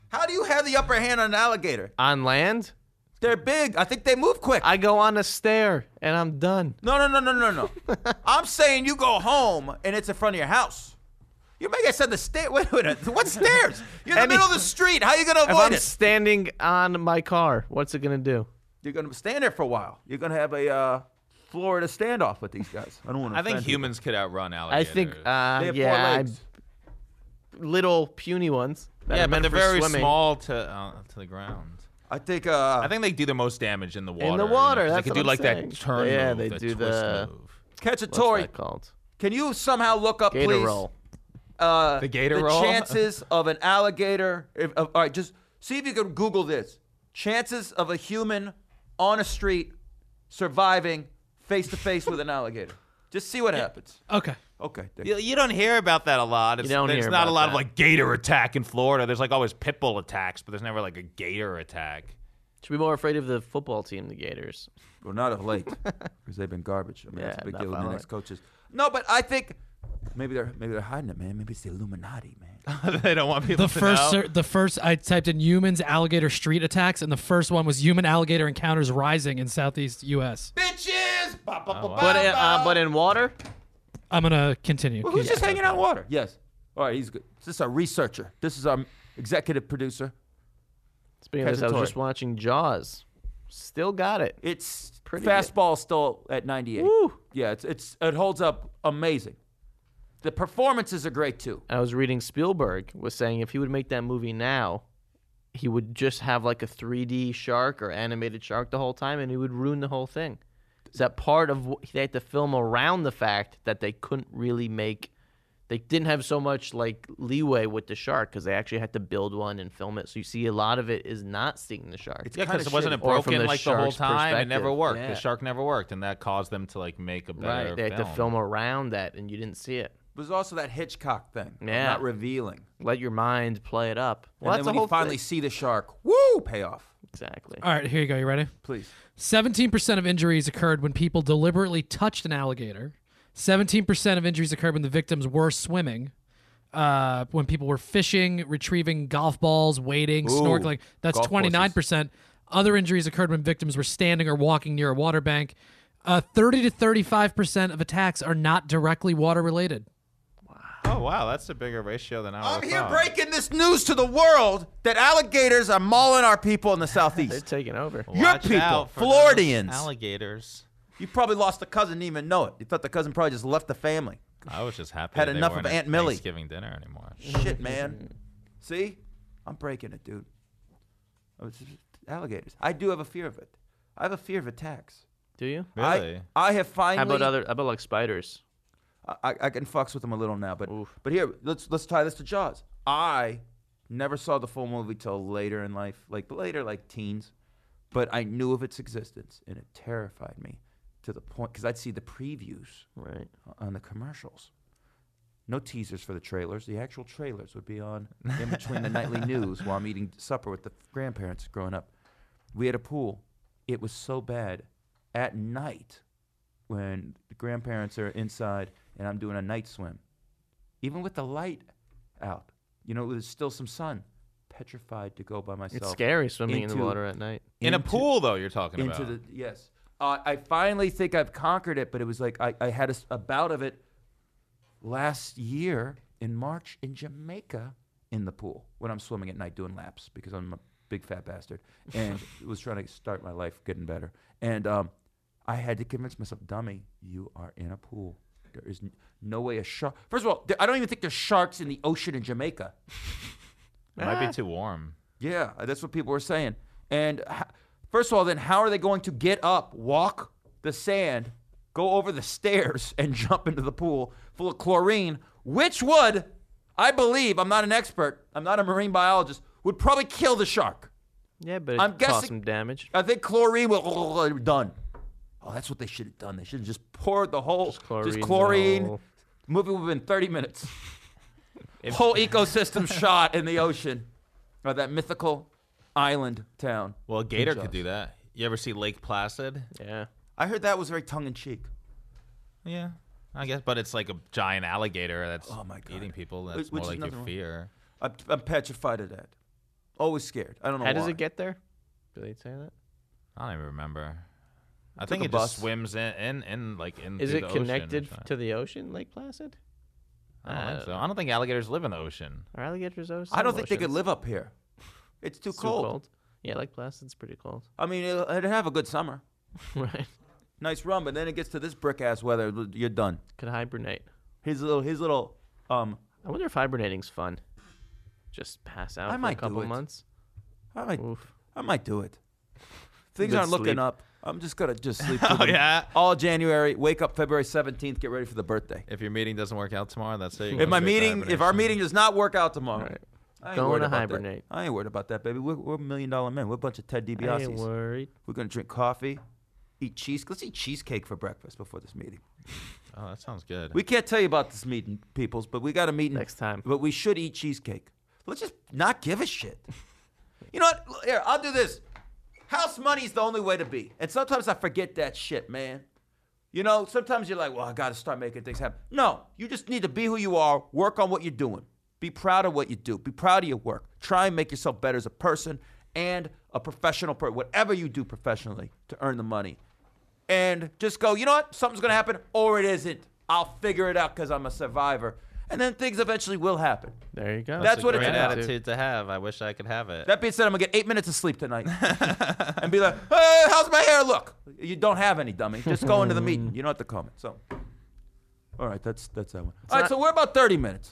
Speaker 3: How do you have the upper hand on an alligator?
Speaker 4: on land,
Speaker 3: They're big. I think they move quick.
Speaker 4: I go on a stair and I'm done.
Speaker 3: no, no, no, no, no, no. I'm saying you go home and it's in front of your house. You make I said the stair. Wait a minute. What stairs? You're in the
Speaker 4: Any-
Speaker 3: middle of the street. How you gonna
Speaker 4: If
Speaker 3: avoid
Speaker 4: I'm
Speaker 3: it?
Speaker 4: standing on my car, what's it gonna do?
Speaker 3: You're gonna stand there for a while. You're gonna have a uh, Florida standoff with these guys. I don't want to.
Speaker 5: I think humans could outrun
Speaker 4: I
Speaker 5: alligators.
Speaker 4: think,
Speaker 3: They
Speaker 4: uh,
Speaker 3: have
Speaker 4: yeah,
Speaker 3: four
Speaker 4: I-
Speaker 3: legs.
Speaker 4: little puny ones. that
Speaker 5: yeah,
Speaker 4: are
Speaker 5: but
Speaker 4: meant
Speaker 5: they're
Speaker 4: for
Speaker 5: very
Speaker 4: swimming.
Speaker 5: small to uh, to the ground.
Speaker 3: I think. Uh,
Speaker 5: I think they do the most damage in the water.
Speaker 4: In the
Speaker 5: you know,
Speaker 4: water,
Speaker 5: 'cause
Speaker 4: that's
Speaker 5: they
Speaker 4: what
Speaker 5: could do
Speaker 4: I'm
Speaker 5: like
Speaker 4: saying.
Speaker 5: that turn
Speaker 4: Yeah,
Speaker 5: move,
Speaker 4: they
Speaker 5: that
Speaker 4: do
Speaker 5: twist
Speaker 4: the-
Speaker 5: move.
Speaker 3: Catch a
Speaker 4: What's
Speaker 3: Tory.
Speaker 4: that called?
Speaker 3: Can you somehow look up,
Speaker 4: Gator
Speaker 3: please,
Speaker 4: roll.
Speaker 3: Uh,
Speaker 5: The gator roll?
Speaker 3: chances of an alligator? If, of, all right, just see if you can Google this: chances of a human on a street surviving face to face with an alligator. Just see what happens.
Speaker 6: Okay.
Speaker 3: Okay. there you
Speaker 5: You, you don't hear about that a lot. It's,
Speaker 4: You don't
Speaker 5: there's
Speaker 4: hear
Speaker 5: not a
Speaker 4: about
Speaker 5: lot of
Speaker 4: that.
Speaker 5: like gator attack in Florida. There's like always pit bull attacks, but there's never like a gator attack.
Speaker 4: Should be more afraid of the football team, the Gators.
Speaker 3: go. Well, not of late, because they've been garbage. I mean,
Speaker 4: Yeah,
Speaker 3: that's a big
Speaker 4: not
Speaker 3: deal with the
Speaker 4: following
Speaker 3: next
Speaker 4: it.
Speaker 3: coaches. No, but I think maybe they're maybe they're hiding it, man. Maybe it's the Illuminati, man.
Speaker 5: they don't want people
Speaker 6: The
Speaker 5: to
Speaker 6: first,
Speaker 5: know.
Speaker 6: ser- the first, I typed in humans alligator street attacks, and the first one was human alligator encounters rising in southeast U.S.
Speaker 3: Bitches. Ba, ba, ba, ba,
Speaker 4: But in, uh,
Speaker 3: ba.
Speaker 4: but in water,
Speaker 6: I'm gonna continue.
Speaker 3: Who's just hanging out in water? Yes. All right, he's good. This is our researcher. This is our executive producer.
Speaker 4: speaking of this, I was
Speaker 3: Cacciatore.
Speaker 4: just watching Jaws. Still got it.
Speaker 3: It's
Speaker 4: Pretty good.
Speaker 3: fastball still at 98.
Speaker 4: Woo.
Speaker 3: Yeah, it's, it's it holds up amazing. The performances are great too.
Speaker 4: And I was reading Spielberg was saying if he would make that movie now, he would just have like a 3D shark or animated shark the whole time, and he would ruin the whole thing. Is that part of what they had to film around the fact that they couldn't really make, they didn't have so much like leeway with the shark because they actually had to build one and film it. So you see a lot of it is not seeing the shark.
Speaker 5: Yeah, because
Speaker 3: kinda
Speaker 5: it wasn't
Speaker 3: shitty.
Speaker 5: it
Speaker 4: Or from
Speaker 5: broken
Speaker 4: the
Speaker 5: like the whole
Speaker 4: shark's
Speaker 5: time. It never
Speaker 4: perspective.
Speaker 5: worked.
Speaker 3: Yeah.
Speaker 5: The shark never worked, and that caused them to like make a better
Speaker 4: Right, they had to film around that, and you didn't see it.
Speaker 3: There's also that Hitchcock thing. of
Speaker 4: Yeah.
Speaker 3: Not revealing.
Speaker 4: Let your mind play it up. Well,
Speaker 3: and then
Speaker 4: that's the
Speaker 3: when
Speaker 4: whole
Speaker 3: you finally
Speaker 4: thing.
Speaker 3: see the shark, woo, payoff.
Speaker 4: exactly.
Speaker 6: All right, here you go. You ready?
Speaker 3: Please.
Speaker 6: 17% of injuries occurred when people deliberately touched an alligator. 17% of injuries occurred when the victims were swimming. Uh, when people were fishing, retrieving golf balls, wading, snorkeling. That's
Speaker 3: golf courses.
Speaker 6: 29%. Other injuries occurred when victims were standing or walking near a water bank. Uh, 30 to 35% of attacks are not directly water related.
Speaker 5: Oh wow, that's a bigger ratio than I.
Speaker 3: I'm
Speaker 5: would've
Speaker 3: here
Speaker 5: thought.
Speaker 3: breaking this news to the world that alligators are mauling our people in the southeast.
Speaker 4: Taking over.
Speaker 3: Your
Speaker 5: Watch
Speaker 3: people,
Speaker 5: out for those
Speaker 3: Floridians.
Speaker 5: alligators.
Speaker 3: You probably lost a cousin, didn't even know it. You thought the cousin probably just left the family.
Speaker 5: I was just happy
Speaker 3: Had
Speaker 5: that they
Speaker 3: enough
Speaker 5: weren't
Speaker 3: of
Speaker 5: at
Speaker 3: Aunt Millie.
Speaker 5: Thanksgiving dinner anymore.
Speaker 3: Shit, man. See? I'm breaking it, dude. Oh, it's just alligators. I do have a fear of it. I have a fear of attacks.
Speaker 4: Do you?
Speaker 3: I-
Speaker 5: Really?
Speaker 3: I, have finally.
Speaker 4: How about other? How about like spiders?
Speaker 3: I, I can fucks with them a little now, but
Speaker 4: Oof.
Speaker 3: but here let's let's tie this to Jaws. I never saw the full movie till later in life, like later, like teens, but I knew of its existence and it terrified me to the point because I'd see the previews
Speaker 4: Right.
Speaker 3: on the commercials. No teasers for the trailers. The actual trailers would be on in between the nightly news while I'm eating supper with the grandparents growing up. We had a pool. It was so bad at night when the grandparents are inside and I'm doing a night swim. Even with the light out, you know, there's still some sun. Petrified to go by myself.
Speaker 4: It's scary swimming in the
Speaker 3: into-
Speaker 4: water at night.
Speaker 5: In a
Speaker 3: into-
Speaker 5: pool, though, you're talking
Speaker 3: into
Speaker 5: about.
Speaker 3: the yes. Uh, I finally think I've conquered it, but it was like I, I had a, s- a bout of it last year in March in Jamaica in the pool when I'm swimming at night doing laps because I'm a big fat bastard and was trying to start my life getting better. And um, I had to convince myself, dummy, you are in a pool. There is n- no way a shark. First of all, there, I don't even think there's sharks in the ocean in Jamaica.
Speaker 5: it might be too warm.
Speaker 3: Yeah, uh, that's what people were saying. And h- first of all, then how are they going to get up, walk the sand, go over the stairs, and jump into the pool full of chlorine, which would, I believe, I'm not an expert, I'm not a marine biologist, would probably kill the shark.
Speaker 4: Yeah, but it
Speaker 3: I'm
Speaker 4: caused
Speaker 3: guessing-
Speaker 4: some damage.
Speaker 3: I think chlorine will done. Oh, that's what they should have done. They should have just poured the whole just chlorine.
Speaker 4: chlorine the whole-
Speaker 3: Movie would have been 30 minutes. whole ecosystem shot in the ocean, or that mythical island town.
Speaker 5: Well, a gator
Speaker 3: Jaws.
Speaker 5: could do that. You ever see Lake Placid?
Speaker 4: Yeah.
Speaker 3: I heard that was very tongue in cheek.
Speaker 5: Yeah, I guess. But it's like a giant alligator that's
Speaker 3: Oh my God.
Speaker 5: eating people.
Speaker 3: Which-
Speaker 5: That's
Speaker 3: which is
Speaker 5: more like
Speaker 3: nothing
Speaker 5: your
Speaker 3: wrong.
Speaker 5: fear.
Speaker 3: I'm, I'm petrified of that. Always scared. I don't know
Speaker 4: How
Speaker 3: why.
Speaker 4: does it get there? Do they say that?
Speaker 5: I don't even remember. I
Speaker 3: Took
Speaker 5: think
Speaker 3: a
Speaker 5: it
Speaker 3: bus.
Speaker 5: just swims in, in, in like in.
Speaker 4: Is
Speaker 5: Mm, through
Speaker 4: it
Speaker 5: the ocean or
Speaker 4: connected
Speaker 5: something.
Speaker 4: to the ocean, Lake Placid?
Speaker 5: I don't
Speaker 4: I
Speaker 5: think
Speaker 4: don't
Speaker 5: so. I don't think alligators live in the ocean.
Speaker 4: Are alligators ocean?
Speaker 3: I don't think they could live up here. It's too, cold.
Speaker 4: Yeah, Lake Placid's pretty cold.
Speaker 3: I mean, it'll, it'd have a good summer.
Speaker 4: right.
Speaker 3: Nice run, but then it gets to this brick ass weather. You're done.
Speaker 4: Could hibernate.
Speaker 3: His little, his little, um,
Speaker 4: I wonder if hibernating's fun. Just pass out
Speaker 3: I
Speaker 4: for
Speaker 3: might
Speaker 4: a
Speaker 3: do
Speaker 4: couple
Speaker 3: it.
Speaker 4: months.
Speaker 3: I might,
Speaker 4: Oof.
Speaker 3: I might do it. Things
Speaker 4: Good
Speaker 3: aren't looking
Speaker 4: sleep.
Speaker 3: up. I'm just gonna just sleep. through the-
Speaker 5: yeah?
Speaker 3: All January, wake up February 17th, get ready for the birthday.
Speaker 5: If your meeting doesn't work out tomorrow, that's it.
Speaker 3: If
Speaker 5: you go
Speaker 3: my
Speaker 5: straight to
Speaker 3: meeting, if our
Speaker 5: hibernation.
Speaker 3: meeting does not work out tomorrow,
Speaker 4: Right.
Speaker 3: I ain't
Speaker 4: Going
Speaker 3: worried
Speaker 4: to
Speaker 3: about that.
Speaker 4: hibernate.
Speaker 3: I ain't worried about that, baby. We're, we're million dollar men. We're a bunch of Ted
Speaker 4: I ain't
Speaker 3: DiBiases.
Speaker 4: worried.
Speaker 3: We're gonna drink coffee, eat cheese. Let's eat cheesecake for breakfast before this meeting.
Speaker 5: oh, that sounds good.
Speaker 3: We can't tell you about this meeting, peoples, but we got a meeting
Speaker 4: Next time.
Speaker 3: But we should eat cheesecake. Let's just not give a shit. you know what? L- Here, I'll do this. House money is the only way to be, and sometimes I forget that shit, man. You know, sometimes you're like, well, I got to start making things happen. No, you just need to be who you are, work on what you're doing, be proud of what you do, be proud of your work, try and make yourself better as a person and a professional person, whatever you do professionally to earn the money. And just go, you know what? Something's going to happen or it isn't. I'll figure it out because I'm a survivor. And then things eventually will happen.
Speaker 4: There you go.
Speaker 3: That's
Speaker 5: a
Speaker 3: what it's
Speaker 5: great
Speaker 3: about.
Speaker 5: attitude to have. I wish I could have it.
Speaker 3: That being said, I'm gonna get eight minutes of sleep tonight and be like, hey, how's my hair look? You don't have any, dummy. Just go into the meeting. You don't have to comment. So, all right, that's that's that one. all right,
Speaker 4: not-
Speaker 3: so we're about 30 minutes.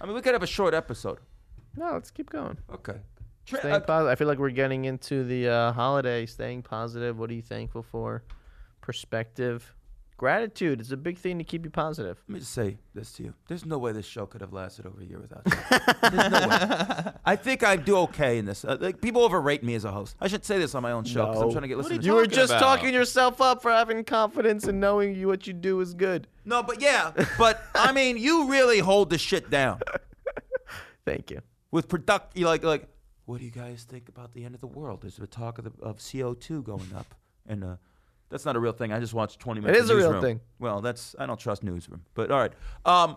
Speaker 3: I mean, we could have a short episode.
Speaker 4: No, let's keep going.
Speaker 3: Okay. Tra-
Speaker 4: Staying
Speaker 3: uh,
Speaker 4: positive. I feel like we're getting into the uh, holiday. Staying positive. What are you thankful for? Perspective. Gratitude is a big thing to keep you positive.
Speaker 3: let me just say this to you. There's no way this show could have lasted over a year without you. There's no way. I think I do okay in this. Uh, like, people overrate me as a host. I should say this on my own show because I'm trying to get listeners.
Speaker 4: You were
Speaker 5: talking
Speaker 4: just
Speaker 5: about?
Speaker 4: talking yourself up for having confidence and knowing you what you do is good.
Speaker 3: No, but yeah, but I mean, you really hold the shit down.
Speaker 4: Thank you.
Speaker 3: with product you like like what do you guys think about the end of the world there's the talk of, the, of co2 going up and uh, that's not a real thing i just watched 20 minutes
Speaker 4: is
Speaker 3: of
Speaker 4: a real
Speaker 3: Newsroom.
Speaker 4: thing.
Speaker 3: well that's i don't trust newsroom but all right um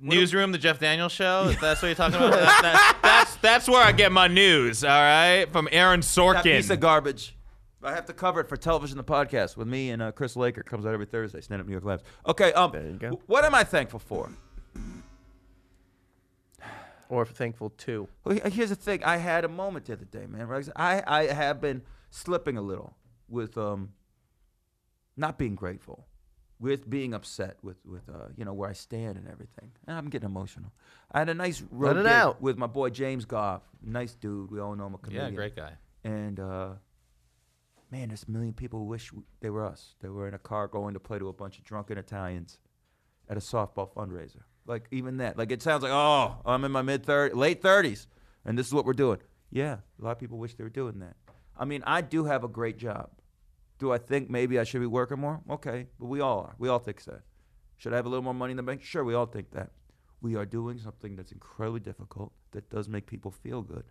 Speaker 5: Newsroom, the Jeff Daniels show. If that's what you're talking about. That- that- that's that's where I get my news. All right, from Aaron
Speaker 3: that piece of
Speaker 5: Sorkin.
Speaker 3: garbage i have to cover it for television the podcast with me and uh, chris laker comes out every thursday stand up new york labs okay um
Speaker 4: There you go.
Speaker 3: wh- what am i thankful for
Speaker 4: Or thankful too.
Speaker 3: Well, he- here's the thing. I had a moment the other day, man. where I was- I, I have been slipping a little with um not being grateful, with being upset with with uh, you know where I stand and everything. And I'm getting emotional. I had a nice road
Speaker 4: it
Speaker 3: gig
Speaker 4: out.
Speaker 3: with my boy James Goff, nice dude. We all know him a
Speaker 5: Yeah,
Speaker 3: comedian.
Speaker 5: great guy.
Speaker 3: And uh, man, there's a million people who wish w- they were us. They were in a car going to play to a bunch of drunken Italians at a softball fundraiser. Like even that. Like it sounds like, oh, I'm in my mid 30s, late 30s, and this is what we're doing. Yeah, a lot of people wish they were doing that. I mean, I do have a great job. Do I think maybe I should be working more? Okay, but we all are. We all think so. Should I have a little more money in the bank? Sure, we all think that. We are doing something that's incredibly difficult that does make people feel good.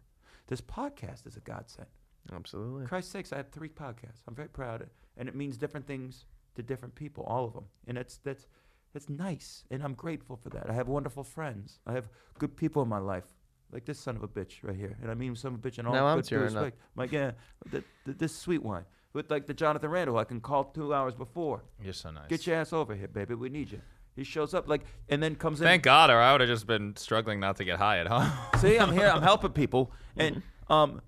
Speaker 3: This podcast is a godsend.
Speaker 4: Absolutely.
Speaker 3: Christ's sakes, I have three podcasts. I'm very proud of it. And it means different things to different people, all of them. And that's that's that's nice. And I'm grateful for that. I have wonderful friends. I have good people in my life. Like this son of a bitch right here. And I mean son of a bitch and all
Speaker 4: Now I'm
Speaker 3: good due
Speaker 4: tearing up.
Speaker 3: respect. Like, yeah, th th this sweet one. With like the Jonathan Randall, I can call two hours before.
Speaker 5: You're so nice.
Speaker 3: Get your ass over here, baby. We need you. He shows up like and then comes in.
Speaker 5: Thank God, or I would have just been struggling not to get high at home.
Speaker 3: See, I'm here. I'm helping people, and um,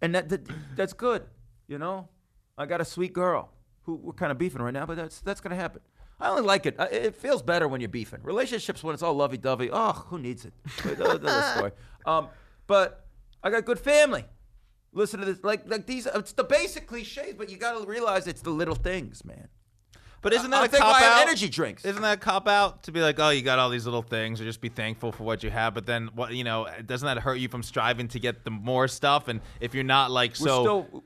Speaker 3: and that, that that's good. You know, I got a sweet girl who we're kind of beefing right now, but that's that's gonna happen. I only like it. I, it feels better when you're beefing. Relationships when it's all lovey dovey. Oh, who needs it? But that's another story. Um, but I got good family. Listen to this. Like like these. It's the basic cliches, but you gotta realize it's the little things, man.
Speaker 5: But isn't
Speaker 3: I-
Speaker 5: that
Speaker 3: I
Speaker 5: a
Speaker 3: think
Speaker 5: cop
Speaker 3: why I have
Speaker 5: out?
Speaker 3: energy drinks.
Speaker 5: Isn't that a cop out to be like, oh, you got all these little things, or just be thankful for what you have? But then, what you know, doesn't that hurt you from striving to get the more stuff? And if you're not like
Speaker 3: We're
Speaker 5: so
Speaker 3: still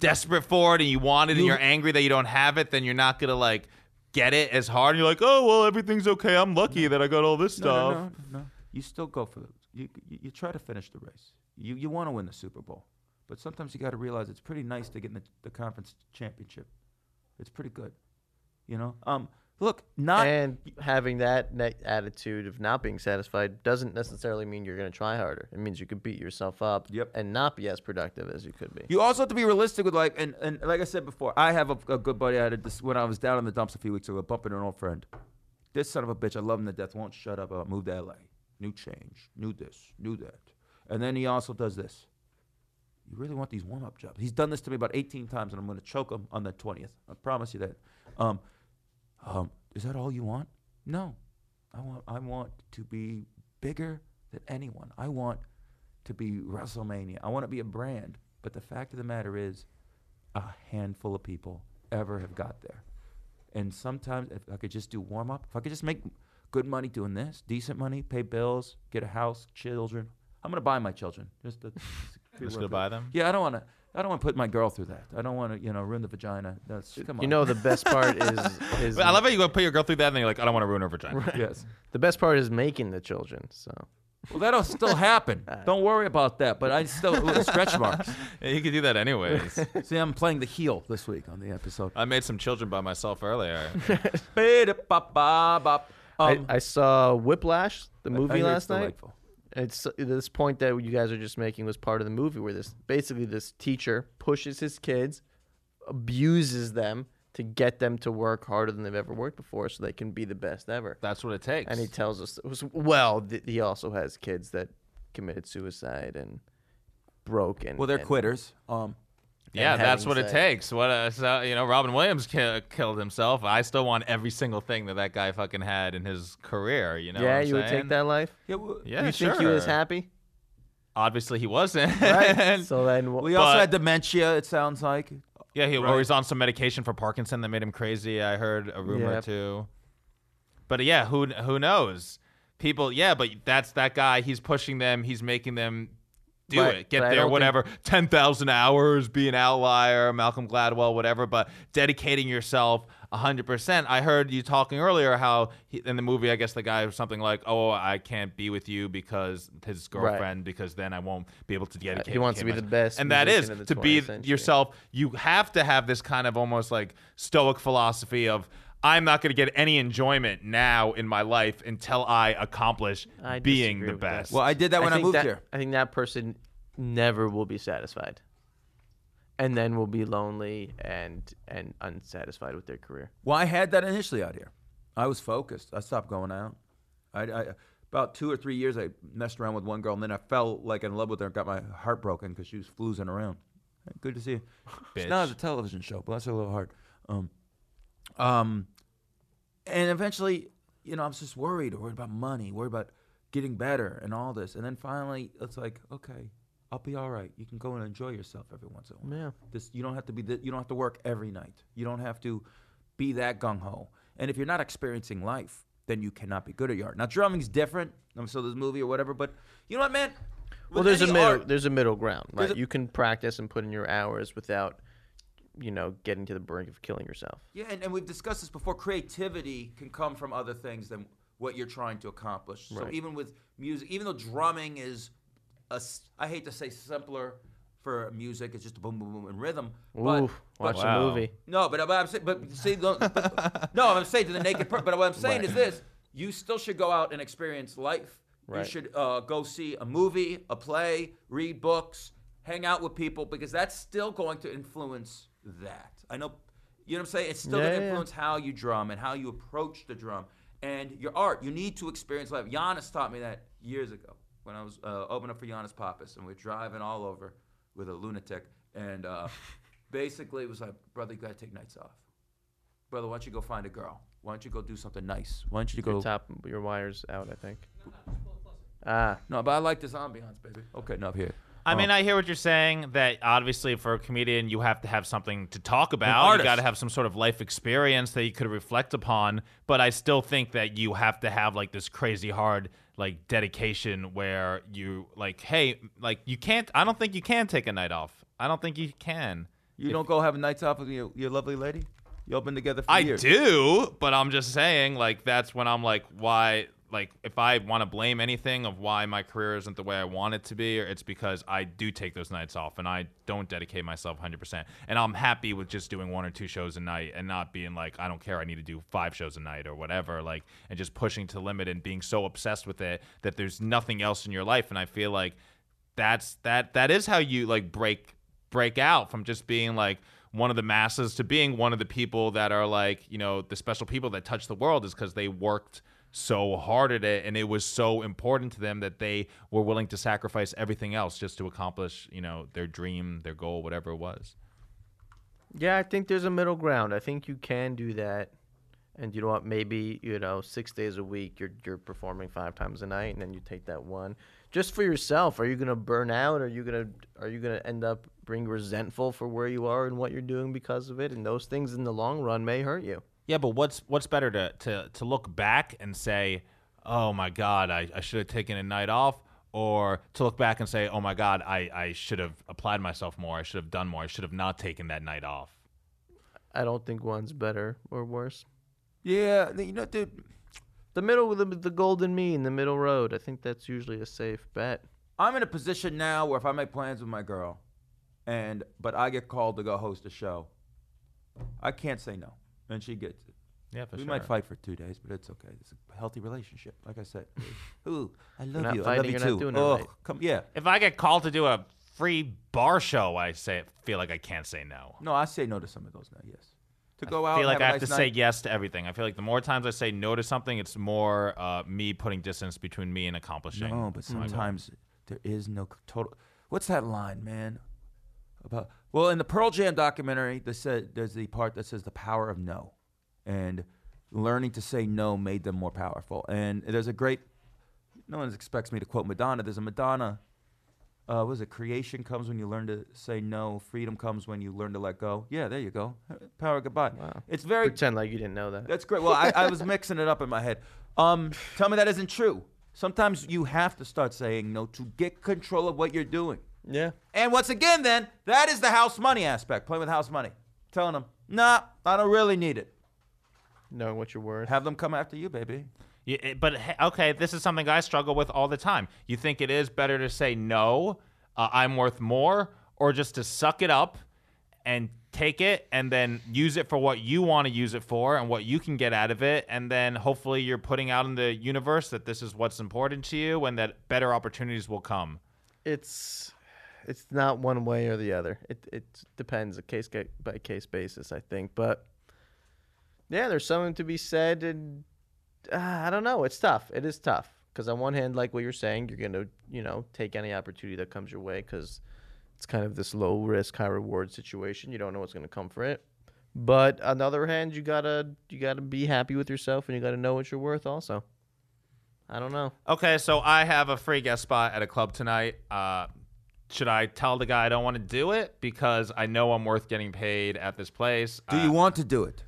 Speaker 5: desperate for it, and you want it, and
Speaker 3: You-
Speaker 5: you're angry that you don't have it, then you're not gonna like get it as hard. And you're like, oh, well, everything's okay. I'm lucky that I got all this
Speaker 3: No,
Speaker 5: stuff.
Speaker 3: no, no, no. You still go for it. You, you, you try to finish the race. You, you want to win the Super Bowl. But sometimes you got to realize it's pretty nice to get in the, the conference championship. It's pretty good. You know? Um, look, not.
Speaker 4: and having that ne- attitude of not being satisfied doesn't necessarily mean you're going to try harder. It means you could beat yourself up
Speaker 3: Yep.
Speaker 4: and not be as productive as you could be.
Speaker 3: You also have to be realistic with life. And, and like I said before, I have a, a good buddy I had this, when I was down in the dumps a few weeks ago, bumping an old friend. This son of a bitch, I love him to death, won't shut up about move to LA. New change, new this, new that. And then he also does this. You really want these warm up jobs. He's done this to me about 18 times, and I'm going to choke him on the 20th. I promise you that. Um, um, is that all you want? No. I want, I want to be bigger than anyone. I want to be WrestleMania. I want to be a brand. But the fact of the matter is, a handful of people ever have got there. And sometimes, if I could just do warm up, if I could just make good money doing this, decent money, pay bills, get a house, children. I'm gonna buy my children. Just to,
Speaker 5: Just gonna buy them?
Speaker 3: Yeah, I don't want to. I don't want to put my girl through that. I don't want to, you know, ruin the vagina. That's come on.
Speaker 4: You know the best part is is
Speaker 5: But I love how you go put your girl through that, and then you're like, I don't want to ruin her vagina.
Speaker 3: Yes.
Speaker 4: the best part is making the children. So
Speaker 3: Well, that'll still happen. Don't worry about that. But I still little stretch marks.
Speaker 5: Yeah, You could do that anyways.
Speaker 3: See, I'm playing the heel this week on the episode.
Speaker 5: I made some children by myself earlier.
Speaker 3: Ba-da-ba-ba-bop. Um,
Speaker 4: I, I saw Whiplash, the
Speaker 3: I
Speaker 4: movie
Speaker 3: hear it's
Speaker 4: last night.
Speaker 3: delightful.
Speaker 4: It's this point that you guys are just making was part of the movie where this basically this teacher pushes his kids, abuses them to get them to work harder than they've ever worked before, so they can be the best ever.
Speaker 5: That's what it takes.
Speaker 4: and he tells us well th- he also has kids that committed suicide and broke and
Speaker 3: Well, they're
Speaker 4: and-
Speaker 3: quitters. Um,
Speaker 5: Yeah,
Speaker 4: and
Speaker 5: that's
Speaker 4: having
Speaker 5: what it
Speaker 4: sex.
Speaker 5: takes. What uh, so, you know, Robin Williams ki- killed himself. I still want every single thing that that guy fucking had in his career. You know, what
Speaker 4: yeah
Speaker 5: I'm
Speaker 4: you would
Speaker 5: saying?
Speaker 4: take that life
Speaker 3: yeah, well,
Speaker 5: Yeah,
Speaker 4: you
Speaker 5: sure.
Speaker 4: think he was happy
Speaker 5: Obviously, he wasn't.
Speaker 4: right so then
Speaker 3: We
Speaker 4: well,
Speaker 5: all-
Speaker 3: also
Speaker 5: But-
Speaker 3: had dementia. It sounds like.
Speaker 5: yeah, he, or he's on some medication for Parkinson that made him crazy. I heard a rumor
Speaker 4: Yeah.
Speaker 5: too. But yeah, who who knows? People, yeah, but that's that guy. He's pushing them. He's making them do
Speaker 4: Right,
Speaker 5: it. Get
Speaker 4: but I don't
Speaker 5: there,
Speaker 4: think-
Speaker 5: whatever. Ten thousand hours, be an outlier, Malcolm Gladwell, whatever. But dedicating yourself hundred percent. I heard you talking earlier how he, in the movie, I guess the guy was something like, "Oh, I can't be with you because his girlfriend, because then I won't be able to dedicate."
Speaker 4: Uh, wants to be the best
Speaker 5: and that is
Speaker 4: musician of the
Speaker 5: to be
Speaker 4: 20th century.
Speaker 5: yourself yourself, you have to have this kind of almost like stoic philosophy of I'm not going to get any enjoyment now in my life until I accomplish
Speaker 4: I
Speaker 5: being
Speaker 4: disagree
Speaker 5: the
Speaker 4: with that.
Speaker 5: best.
Speaker 3: Well, I did that when I,
Speaker 4: think
Speaker 3: moved
Speaker 4: that-
Speaker 3: here.
Speaker 4: i think that person never will be satisfied and then will be lonely and and unsatisfied with their career
Speaker 3: Well, I had that initially out here. I was focused. I stopped going out. I, I about two or three years I messed around with one girl, and then I fell like in love with her and got my heart broken because she was floozing around. Good to see you. It's
Speaker 5: Bitch.
Speaker 3: not a television show, but that's a little hard. Um, Um, and eventually, you know, I was just worried, worried about money, worried about getting better and all this. And then finally, it's like, okay, I'll be all right. You can go and enjoy yourself every once in a while.
Speaker 4: Yeah.
Speaker 3: This you don't have to be. The, you don't have to work every night. You don't have to be that gung ho. And if you're not experiencing life, then you cannot be good at your art. Now drumming's different. I'm so this movie or whatever, but you know what, man.
Speaker 4: Well,
Speaker 3: With
Speaker 4: there's a
Speaker 3: any
Speaker 4: middle.
Speaker 3: art-
Speaker 4: There's a middle ground, right?
Speaker 3: There's a-
Speaker 4: you can practice and put in your hours without, you know, getting to the brink of killing yourself.
Speaker 3: Yeah, and, and we've discussed this before. Creativity can come from other things than what you're trying to accomplish. So
Speaker 4: Right.
Speaker 3: even with music, even though drumming is, a s- I hate to say simpler for music, it's just a boom, boom, boom, and rhythm. But,
Speaker 4: Ooh, watch
Speaker 3: but,
Speaker 5: Wow.
Speaker 4: a movie.
Speaker 3: No, but, but I'm saying, but see, no, but- no, I'm saying to the naked person. But what I'm saying is this: you still should go out and experience life. You
Speaker 4: Right.
Speaker 3: should uh, go see a movie, a play, read books, hang out with people because that's still going to influence that. I know, you know what I'm saying? It's still
Speaker 4: Yeah,
Speaker 3: going to
Speaker 4: yeah, yeah.
Speaker 3: influence how you drum and how you approach the drum and your art. You need to experience life. Giannis taught me that years ago when I was uh, opening up for Giannis Pappas and we are driving all over with a lunatic. And uh, basically, it was like, brother, you got to take nights off. Brother, why don't you go find a girl? Why don't you go do something nice? Why don't you go?
Speaker 4: Your top, your wires out. I think. Ah,
Speaker 3: No, but I like this ambiance, baby. Okay, no, up here.
Speaker 5: I
Speaker 3: Oh.
Speaker 5: mean, I hear what you're saying. That obviously, for a comedian, you have to have something to talk about. You
Speaker 3: artist.
Speaker 5: got to have some sort of life experience that you could reflect upon. But I still think that you have to have like this crazy hard like dedication where you like, hey, like you can't. I don't think you can take a night off. I don't think you can.
Speaker 3: You don't go have nights off with your, your lovely lady? Y'all been together for
Speaker 5: I
Speaker 3: years.
Speaker 5: do, but I'm just saying, like, that's when I'm like, why, like, if I want to blame anything of why my career isn't the way I want it to be, or it's because I do take those nights off and I don't dedicate myself 100%. And I'm happy with just doing one or two shows a night and not being like, I don't care, I need to do five shows a night or whatever, like, and just pushing to the limit and being so obsessed with it that there's nothing else in your life. And I feel like, that's that that is how you like break break out from just being like one of the masses to being one of the people that are like you know the special people that touch the world is because they worked so hard at it and it was so important to them that they were willing to sacrifice everything else just to accomplish you know their dream their goal whatever it was
Speaker 4: yeah. I think there's a middle ground. I think you can do that, and you know what? Maybe you know, six days a week, you're you're performing five times a night, and then you take that one just for yourself. Are you gonna burn out? Are you gonna Are you gonna end up being resentful for where you are and what you're doing because of it? And those things in the long run may hurt you.
Speaker 5: Yeah, but what's what's better to to to look back and say, "Oh my God, I, I should have taken a night off," or to look back and say, "Oh my God, I I should have applied myself more. I should have done more. I should have not taken that night off."
Speaker 4: I don't think one's better or worse.
Speaker 3: Yeah, you know, dude.
Speaker 4: The middle, the, the golden mean, the middle road. I think that's usually a safe bet.
Speaker 3: I'm in a position now where if I make plans with my girl, and but I get called to go host a show, I can't say no, and she gets it.
Speaker 5: Yeah, for
Speaker 3: we might fight for two days, but it's okay. It's a healthy relationship, like I said. Ooh, I love
Speaker 4: not
Speaker 3: you. I love
Speaker 4: fighting,
Speaker 3: you
Speaker 4: you're
Speaker 3: too.
Speaker 4: not doing it
Speaker 3: oh,
Speaker 4: right.
Speaker 3: come, yeah.
Speaker 5: If I get called to do a free bar show, I say feel like I can't say no.
Speaker 3: No, I say no to some of those now. Yes, to go out.
Speaker 5: I feel like
Speaker 3: and
Speaker 5: I
Speaker 3: have,
Speaker 5: have
Speaker 3: a
Speaker 5: to
Speaker 3: nice
Speaker 5: say
Speaker 3: night.
Speaker 5: yes to everything. I feel like the more times I say no to something, it's more uh, me putting distance between me and accomplishing.
Speaker 3: No, but sometimes there is no c- total. What's that line, man? About well, in the Pearl Jam documentary, they said there's the part that says the power of no, and learning to say no made them more powerful. And there's a great. No one expects me to quote Madonna. There's a Madonna. Uh, what is it? Creation comes when you learn to say no. Freedom comes when you learn to let go. Yeah, there you go. Power of goodbye. It's very
Speaker 4: Pretend like you didn't know that.
Speaker 3: that's great. Well, I, I was mixing it up in my head. Um, tell me that isn't true. Sometimes you have to start saying no to get control of what you're doing.
Speaker 4: Yeah.
Speaker 3: And once again, then that is the house money aspect. Playing with house money, telling them, "Nah, I don't really need it."
Speaker 4: Knowing what you're worth.
Speaker 3: Have them come after you, baby.
Speaker 5: You, it- but he- okay, this is something I struggle with all the time. You think it is better to say no, uh, I'm worth more, or just to suck it up and take it and then use it for what you want to use it for and what you can get out of it. And then hopefully you're putting out in the universe that this is what's important to you and that better opportunities will come.
Speaker 4: It's it's not one way or the other. It it depends a case ca- by case basis, I think. But yeah, there's something to be said, and uh, I don't know. It's tough. It is tough because on one hand, like what you're saying, you're gonna you know take any opportunity that comes your way because it's kind of this low risk, high reward situation. You don't know what's gonna come for it. But on the other hand, you gotta you gotta be happy with yourself and you gotta know what you're worth. Also, I don't know.
Speaker 5: Okay, so I have a free guest spot at a club tonight. Uh, should I tell the guy I don't want to do it because I know I'm worth getting paid at this place?
Speaker 3: Do
Speaker 5: Uh,
Speaker 3: you want to do it?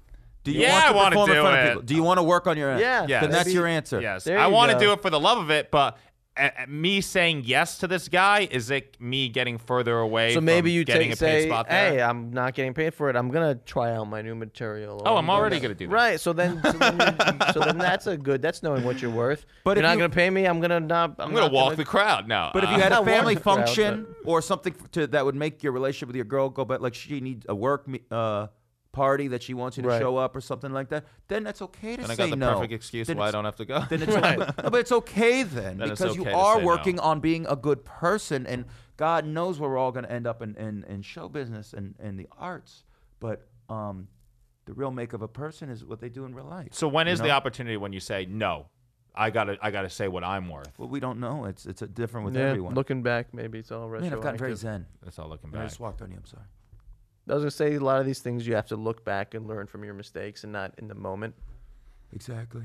Speaker 3: Do you
Speaker 5: Yeah, I
Speaker 3: want to
Speaker 5: wanna
Speaker 3: perform in
Speaker 5: do
Speaker 3: front
Speaker 5: it.
Speaker 3: of people? Do you want to work on your end?
Speaker 4: Yeah.
Speaker 5: Yes.
Speaker 3: Then that's
Speaker 5: Maybe-
Speaker 3: your answer.
Speaker 5: Yes,
Speaker 4: There
Speaker 5: I
Speaker 4: you
Speaker 5: want to
Speaker 4: go.
Speaker 5: do it for the love of it, but a- a- me saying yes to this guy is it me getting further away?
Speaker 4: So maybe
Speaker 5: from
Speaker 4: you
Speaker 5: getting
Speaker 4: take,
Speaker 5: a paid
Speaker 4: say,
Speaker 5: spot there?
Speaker 4: hey, I'm not getting paid for it. I'm gonna try out my new material. or
Speaker 5: Oh, I'm already
Speaker 4: gonna
Speaker 5: gonna do that.
Speaker 4: Right. So then, so then, you- so then that's a good. That's knowing what you're worth.
Speaker 3: But
Speaker 4: But
Speaker 3: if
Speaker 4: you're not
Speaker 3: you-
Speaker 4: gonna pay me. I'm gonna not. I'm,
Speaker 5: I'm gonna
Speaker 4: not
Speaker 5: walk the crowd. No,
Speaker 3: But if
Speaker 5: uh,
Speaker 3: you had
Speaker 4: I
Speaker 3: a
Speaker 4: want
Speaker 3: family
Speaker 4: to crowd,
Speaker 3: function or something f- to, that would make your relationship with your girl go back, like she needs a work me- uh, party that she wants you to
Speaker 4: Right.
Speaker 3: show up or something like that, then that's okay to
Speaker 5: then
Speaker 3: say
Speaker 5: I got the
Speaker 3: no.
Speaker 5: perfect excuse
Speaker 3: Then
Speaker 5: why I
Speaker 3: it's-
Speaker 5: don't have to go.
Speaker 3: Then it's
Speaker 4: Right.
Speaker 3: no, but it's okay then,
Speaker 5: Then it's
Speaker 3: because
Speaker 5: okay
Speaker 3: you
Speaker 5: to
Speaker 3: are
Speaker 5: say
Speaker 3: working
Speaker 5: no.
Speaker 3: on being a good person, and God knows we're all going to end up in, in, in show business and, and the arts, but um, the real make of a person is what they do in real life.
Speaker 5: so when
Speaker 3: you
Speaker 5: is the
Speaker 3: know?
Speaker 5: opportunity when you say no? I gotta, I gotta say what I'm worth.
Speaker 3: Well, we don't know. It's it's uh, different with
Speaker 4: Yeah,
Speaker 3: everyone.
Speaker 4: looking back, maybe it's all right.
Speaker 3: Man, I've gotten very zen.
Speaker 5: That's all looking
Speaker 3: And I
Speaker 5: back.
Speaker 3: just walked on you. I'm sorry.
Speaker 4: I was gonna say a lot of these things you have to look back and learn from your mistakes and not in the moment.
Speaker 3: Exactly.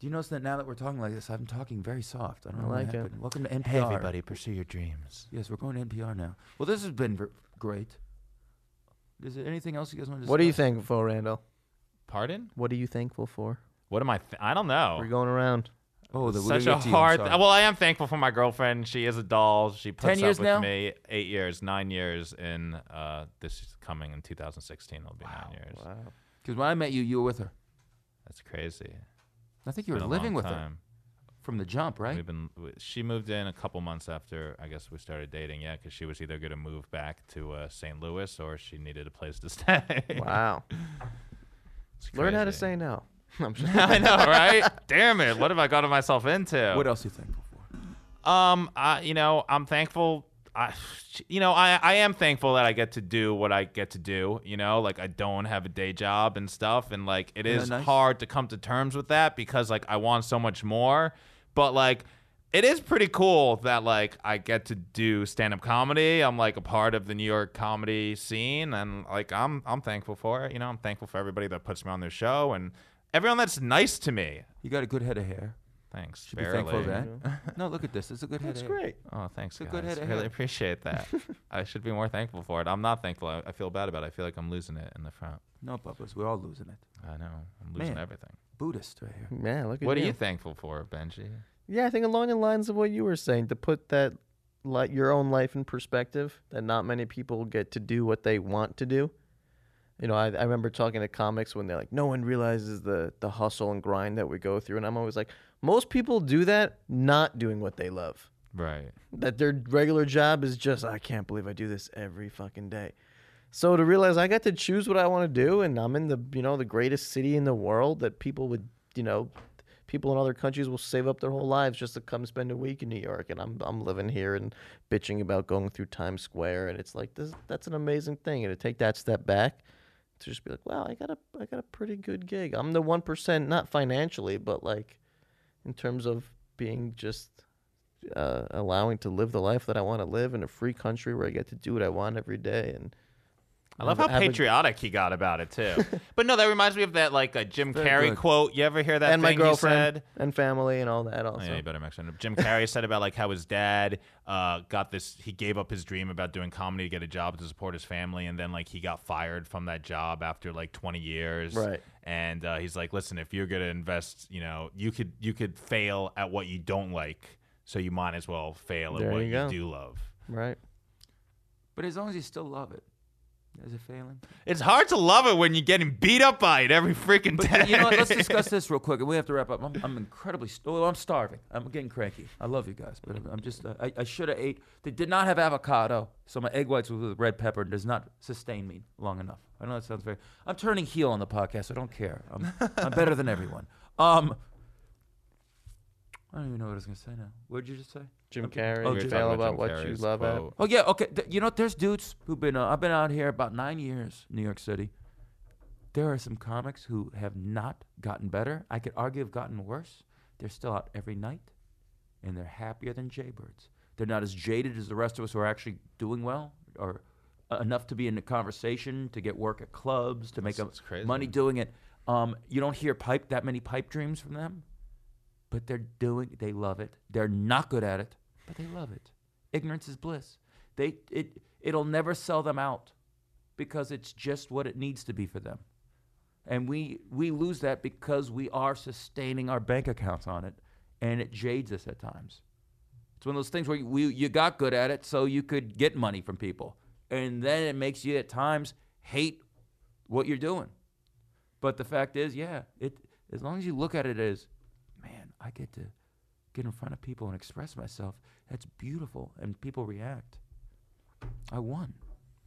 Speaker 3: Do you notice that now that we're talking like this, I'm talking very soft? I don't know
Speaker 4: I like
Speaker 3: what
Speaker 4: it.
Speaker 3: happened. Welcome to NPR.
Speaker 5: Hey, everybody, pursue your dreams.
Speaker 3: Yes, we're going to NPR now. Well, this has been ver- great. Is there anything else you guys want to?
Speaker 4: What are you thankful for, Randall?
Speaker 5: Pardon?
Speaker 4: What are you thankful for?
Speaker 5: What am I? Th- I don't know.
Speaker 4: We're going around.
Speaker 3: Oh, the
Speaker 5: Such
Speaker 3: we'll
Speaker 5: a
Speaker 3: get to you, I'm
Speaker 5: hard.
Speaker 3: sorry.
Speaker 5: well, I am thankful for my girlfriend. She is a doll. She puts
Speaker 3: 10 years
Speaker 5: up with
Speaker 3: now?
Speaker 5: me eight years, nine years in uh, this is coming in 2016. It'll be nine years.
Speaker 3: Because when I met you, you were with her.
Speaker 5: That's crazy.
Speaker 3: I think you
Speaker 5: Been
Speaker 3: were
Speaker 5: a
Speaker 3: living
Speaker 5: long
Speaker 3: with her
Speaker 5: time.
Speaker 3: from the jump, right?
Speaker 5: We've been. w- She moved in a couple months after I guess we started dating. Yeah, because she was either going to move back to uh, St. Louis or she needed a place to stay.
Speaker 4: Wow.
Speaker 5: It's
Speaker 4: Learn how to
Speaker 5: crazy.
Speaker 4: say no. I'm just
Speaker 5: I know, right? Damn it! What have I gotten myself into?
Speaker 3: What else are you thankful for?
Speaker 5: Um, I, you know, I'm thankful. I, you know, I, I am thankful that I get to do what I get to do. You know, like I don't have a day job and stuff, and like it is
Speaker 3: nice?
Speaker 5: hard to come to terms with that because like I want so much more. But like, it is pretty cool that like I get to do stand up comedy. I'm like a part of the New York comedy scene, and like I'm I'm thankful for it. You know, I'm thankful for everybody that puts me on their show and everyone that's nice to me.
Speaker 3: You got a good head of hair.
Speaker 5: Thanks.
Speaker 3: Should
Speaker 5: barely.
Speaker 3: be thankful for that. no, look at this. It's a good head.
Speaker 4: That's
Speaker 3: of hair.
Speaker 4: great.
Speaker 5: Oh, thanks,
Speaker 3: a
Speaker 5: guys.
Speaker 3: good head of
Speaker 5: really
Speaker 3: hair.
Speaker 5: appreciate that. I should be more thankful for it. I'm not thankful. I, I feel bad about it. I feel like I'm losing it in the front.
Speaker 3: No, Bubba's. We're all losing it.
Speaker 5: I know. I'm losing
Speaker 3: Man.
Speaker 5: everything.
Speaker 3: Buddhist right here.
Speaker 4: Yeah, look at
Speaker 5: What
Speaker 4: you.
Speaker 5: are you thankful for, Benji?
Speaker 4: Yeah, I think along the lines of what you were saying, to put that like your own life in perspective, that not many people get to do what they want to do. You know, I, I remember talking to comics when they're like, no one realizes the the hustle and grind that we go through, and I'm always like, most people do that not doing what they love.
Speaker 5: Right.
Speaker 4: That their regular job is just, I can't believe I do this every fucking day. So to realize I got to choose what I want to do, and I'm in the you know the greatest city in the world that people would you know people in other countries will save up their whole lives just to come spend a week in New York, and I'm I'm living here and bitching about going through Times Square, and it's like this that's an amazing thing, and to take that step back to just be like, wow, I got a I got a pretty good gig. I'm the one percent, not financially, but like in terms of being just uh, allowing to live the life that I want to live in a free country where I get to do what I want every day and.
Speaker 5: I love how
Speaker 4: Have a- have a-
Speaker 5: patriotic he got about it too. but no, that reminds me of that like a Jim
Speaker 3: Very
Speaker 5: Carrey
Speaker 3: good.
Speaker 5: quote. You ever hear that?
Speaker 4: and my
Speaker 5: thing he
Speaker 4: girlfriend
Speaker 5: said?
Speaker 4: and family and all that
Speaker 3: Oh,
Speaker 4: also.
Speaker 5: Yeah, you better make sure. Jim Carrey said about like how his dad uh, got this. He gave up his dream about doing comedy to get a job to support his family, and then like he got fired from that job after like 20 years.
Speaker 4: Right.
Speaker 5: And uh, he's like, "Listen, if you're gonna invest, you know, you could you could fail at what you don't like, so you might as well fail at
Speaker 4: There
Speaker 5: what
Speaker 4: you
Speaker 5: you,
Speaker 4: go.
Speaker 5: do love."
Speaker 4: Right.
Speaker 3: But as long as you still love it, is it failing?
Speaker 5: It's hard to love it when you're getting beat up by it every freaking day.
Speaker 3: But you know what? Let's discuss this real quick, and we have to wrap up. I'm, I'm incredibly. St- oh, I'm starving. I'm getting cranky. I love you guys, but I'm, I'm just. Uh, I, I should have ate. They did not have avocado, so my egg whites with red pepper does not sustain me long enough. I know that sounds very. I'm turning heel on the podcast. I don't care. I'm, I'm better than everyone. Um. I don't even know what I was gonna say now. What did you just say?
Speaker 4: Jim Carrey,
Speaker 3: Oh,
Speaker 4: you
Speaker 3: Jim-
Speaker 4: fail
Speaker 5: Talking
Speaker 4: about
Speaker 5: Jim
Speaker 4: what you
Speaker 5: Carrey's
Speaker 4: love at.
Speaker 5: quote.
Speaker 3: Oh yeah, okay. Th- you know, there's dudes who've been. Uh, I've been out here about nine years, New York City. There are some comics who have not gotten better. I could argue have gotten worse. They're still out every night, and they're happier than Jaybirds. They're not as jaded as the rest of us who are actually doing well or uh, enough to be in the conversation, to get work at clubs, to make
Speaker 5: That's-
Speaker 3: a-
Speaker 5: that's crazy.
Speaker 3: money doing it. Um, you don't hear pipe that many pipe dreams from them, but they're doing. They love it. They're not good at it, but they love it. Ignorance is bliss. They it it'll never sell them out because it's just what it needs to be for them. And we we lose that because we are sustaining our bank accounts on it, and it jades us at times. It's one of those things where you, we, you got good at it so you could get money from people, and then it makes you at times hate what you're doing. But the fact is, yeah, it as long as you look at it as, man, I get to get in front of people and express myself. That's beautiful, and people react. I won.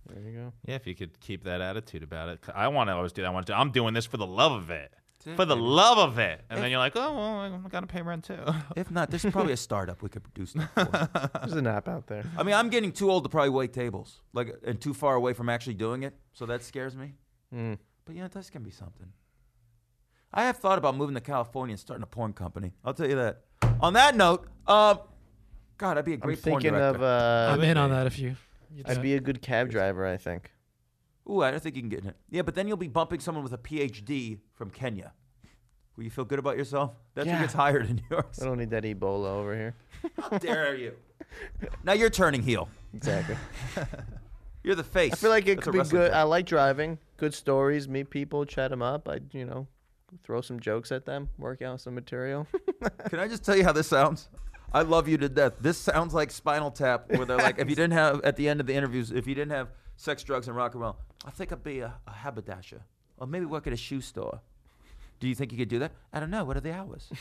Speaker 4: There you go.
Speaker 5: Yeah, if you could keep that attitude about it. 'Cause I want to always do that. I want to. I'm doing this for the love of it.
Speaker 3: it,
Speaker 5: For the
Speaker 3: baby.
Speaker 5: love of it. And then you're like, oh, well, I gotta pay rent too.
Speaker 3: If not, there's probably a startup we could produce. Stuff for.
Speaker 4: There's an app out there.
Speaker 3: I mean, I'm getting too old to probably wait tables, like, and too far away from actually doing it. So that scares me.
Speaker 7: Hmm.
Speaker 4: Mm.
Speaker 3: But yeah, that's gonna be something. I have thought about moving to California and starting a porn company. I'll tell you that. On that note, um, God, I'd be a
Speaker 7: I'm
Speaker 3: great porn
Speaker 7: thinking
Speaker 3: director.
Speaker 7: of. Uh,
Speaker 6: I'm in on that if you. you do
Speaker 7: I'd
Speaker 6: it.
Speaker 7: be a good cab driver, I think.
Speaker 3: Ooh, I don't think you can get in it. Yeah, but then you'll be bumping someone with a PhD from Kenya. Will you feel good about yourself? That's
Speaker 7: Yeah.
Speaker 3: who gets hired in New York.
Speaker 7: I don't need that Ebola over here.
Speaker 3: How dare you? Now you're turning heel.
Speaker 7: Exactly.
Speaker 3: You're the face.
Speaker 7: I feel like it
Speaker 3: That's a
Speaker 7: could be
Speaker 3: wrestling
Speaker 7: good.
Speaker 3: term.
Speaker 7: I like driving. Good stories. Meet people. Chat them up. I you know, throw some jokes at them. Work out some material.
Speaker 3: Can I just tell you how this sounds? I love you to death. This sounds like Spinal Tap, where they're like, if you didn't have at the end of the interviews, if you didn't have sex, drugs, and rock and roll, I think I'd be a, a haberdasher, or maybe work at a shoe store. Do you think you could do that? I don't know. What are the hours? I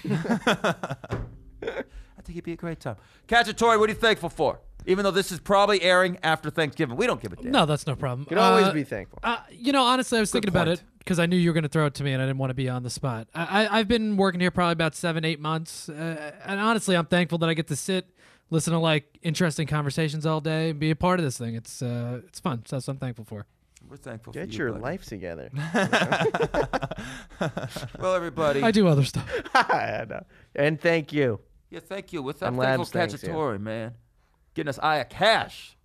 Speaker 3: think it'd be a great time. Catch a Tori, what are you thankful for? Even though this is probably airing after Thanksgiving, we don't give a damn.
Speaker 6: No, that's no problem.
Speaker 7: Can always
Speaker 6: Uh,
Speaker 7: be thankful.
Speaker 6: Uh, you know, honestly, I was thinking about
Speaker 3: point.
Speaker 6: it because I knew you were going to throw it to me, and I didn't want to be on the spot. I, I, I've been working here probably about seven, eight months, uh, and honestly, I'm thankful that I get to sit, listen to like interesting conversations all day, and be a part of this thing. It's uh, it's fun. So that's what I'm thankful for.
Speaker 3: We're thankful for
Speaker 7: Get
Speaker 3: you,
Speaker 7: your
Speaker 3: buddy.
Speaker 7: life together.
Speaker 3: Well, everybody,
Speaker 6: I do other stuff.
Speaker 7: I know. and thank you.
Speaker 3: Yeah, thank you. What's
Speaker 7: And
Speaker 3: up, thankful
Speaker 7: Labs thanks you.
Speaker 3: Cacciatore, man? Getting us eye of cash.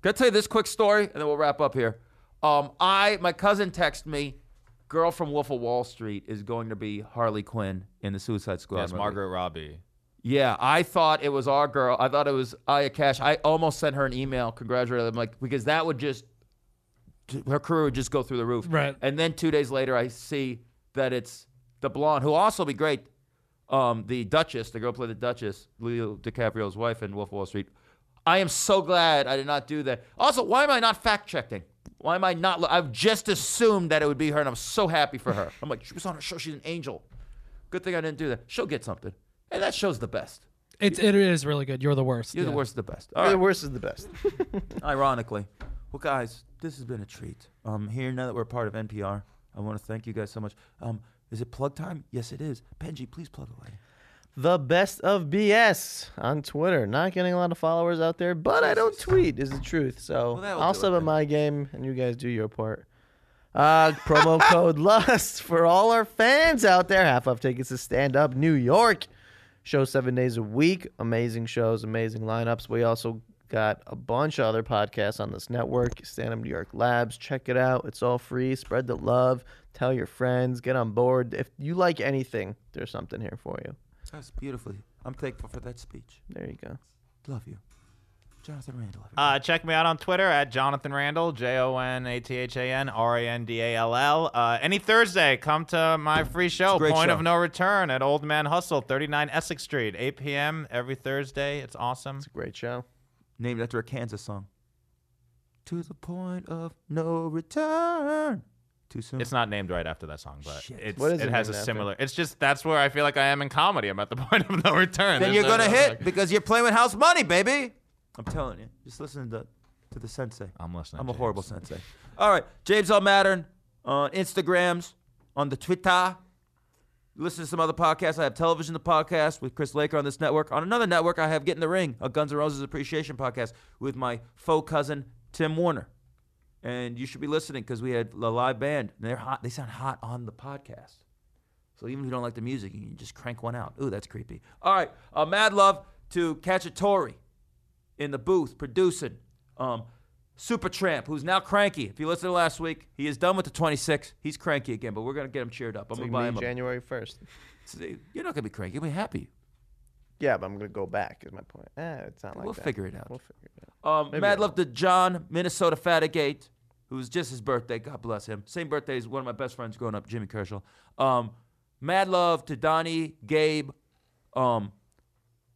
Speaker 3: Can I tell you this quick story, and then we'll wrap up here. Um, I my cousin texted me, girl from Wolf of Wall Street is going to be Harley Quinn in the Suicide Squad.
Speaker 5: yes,
Speaker 3: movie.
Speaker 5: Margaret Robbie.
Speaker 3: Yeah, I thought it was our girl. I thought it was Aya Cash. I almost sent her an email congratulating them, like because that would just her career would just go through the roof.
Speaker 6: Right.
Speaker 3: And then two days later, I see that it's the blonde, who also be great, um, the Duchess, the girl who played the Duchess, Leo DiCaprio's wife in Wolf of Wall Street. I am so glad I did not do that. Also, why am I not fact checking? Why am I not? lo- I've just assumed that it would be her, and I'm so happy for her. I'm like, she was on her show. She's an angel. Good thing I didn't do that. She'll get something. And that show's the best.
Speaker 6: It's it is really good. You're the worst.
Speaker 3: You're
Speaker 6: Yeah.
Speaker 3: the worst of the best.
Speaker 7: The
Speaker 3: All right.
Speaker 7: worst is the best.
Speaker 3: Ironically. Well, guys, this has been a treat. Um, here now that we're part of NPR, I want to thank you guys so much. Um, is it plug time? Yes, it is. Benji, please plug away.
Speaker 7: The best of BS on Twitter. Not getting a lot of followers out there, but I don't tweet is the truth. So
Speaker 3: Well, that'll
Speaker 7: I'll
Speaker 3: do it
Speaker 7: sub up
Speaker 3: then.
Speaker 7: my game and you guys do your part. Uh, promo code LUST for all our fans out there. Half off tickets to stand up New York. Show seven days a week. Amazing shows, amazing lineups. We also got a bunch of other podcasts on this network. Stand Up New York Labs. Check it out. It's all free. Spread the love. Tell your friends. Get on board. If you like anything, there's something here for you.
Speaker 3: That's beautifully. I'm thankful for that speech.
Speaker 7: There you go.
Speaker 3: Hmm. Love you. Jonathan Randall. everybody.
Speaker 5: Uh, check me out on Twitter at Jonathan Randall, J O N A T H A N R A N D A L L. Uh, Any Thursday, come to my free show,
Speaker 3: great
Speaker 5: Point
Speaker 3: show.
Speaker 5: of No Return at Old Man Hustle, 39 Essex Street, 8 p.m. every Thursday. It's awesome.
Speaker 7: It's a great show.
Speaker 3: Named after a Kansas song. To the point of no return. Too soon.
Speaker 5: It's not named right after that song, but
Speaker 3: Shit.
Speaker 5: it's,
Speaker 7: What
Speaker 5: it,
Speaker 7: is it
Speaker 5: has a
Speaker 7: named after?
Speaker 5: similar. It's just that's where I feel like I am in comedy. I'm at the point of no return.
Speaker 3: then
Speaker 5: There's
Speaker 3: you're
Speaker 5: no-
Speaker 3: gonna hit because you're playing with house money, baby. I'm telling you. Just listen to the to the sensei.
Speaker 5: I'm listening.
Speaker 3: I'm a
Speaker 5: James.
Speaker 3: horrible sensei. All right, James L. Mattern on Instagrams, on the Twitter. Listen to some other podcasts. I have Television the Podcast with Chris Laker on this network. On another network, I have Get in the Ring, a Guns N' Roses appreciation podcast with my faux cousin, Tim Warner. And you should be listening because we had a live band. And they're hot. They sound hot on the podcast. So even if you don't like the music, you can just crank one out. Ooh, that's creepy. All right, uh, mad love to Cacciatore in the booth producing. Um, Supertramp, who's now cranky. If you listened to last week, he is done with the 26. He's cranky again, but we're gonna get him cheered up. I'm
Speaker 7: It's
Speaker 3: gonna
Speaker 7: gonna
Speaker 3: buy
Speaker 7: be
Speaker 3: him. A,
Speaker 7: January first.
Speaker 3: you're not gonna be cranky. You'll be happy.
Speaker 7: Yeah, but I'm gonna go back. Is my point. Eh, it's not like
Speaker 3: we'll
Speaker 7: that.
Speaker 3: figure it out.
Speaker 7: We'll figure it out.
Speaker 3: Um,
Speaker 7: Maybe
Speaker 3: mad
Speaker 7: I
Speaker 3: love to John, Minnesota Fatigate, who's just his birthday. God bless him. Same birthday as one of my best friends growing up, Jimmy Kershaw. Um, mad love to Donnie, Gabe, um,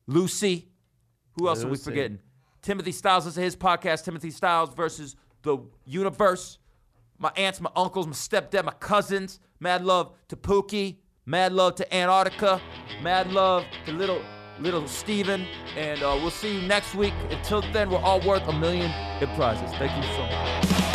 Speaker 3: Lucy. Who else are we
Speaker 7: Lucy.
Speaker 3: forgetting? Timothy Styles. This is his podcast, Timothy Styles versus the universe. My aunts, my uncles, my stepdad, my cousins. Mad love to Pookie. Mad love to Antarctica. Mad love to little little Steven. And uh, we'll see you next week. Until then, we're all worth a million in prizes. Thank you so much.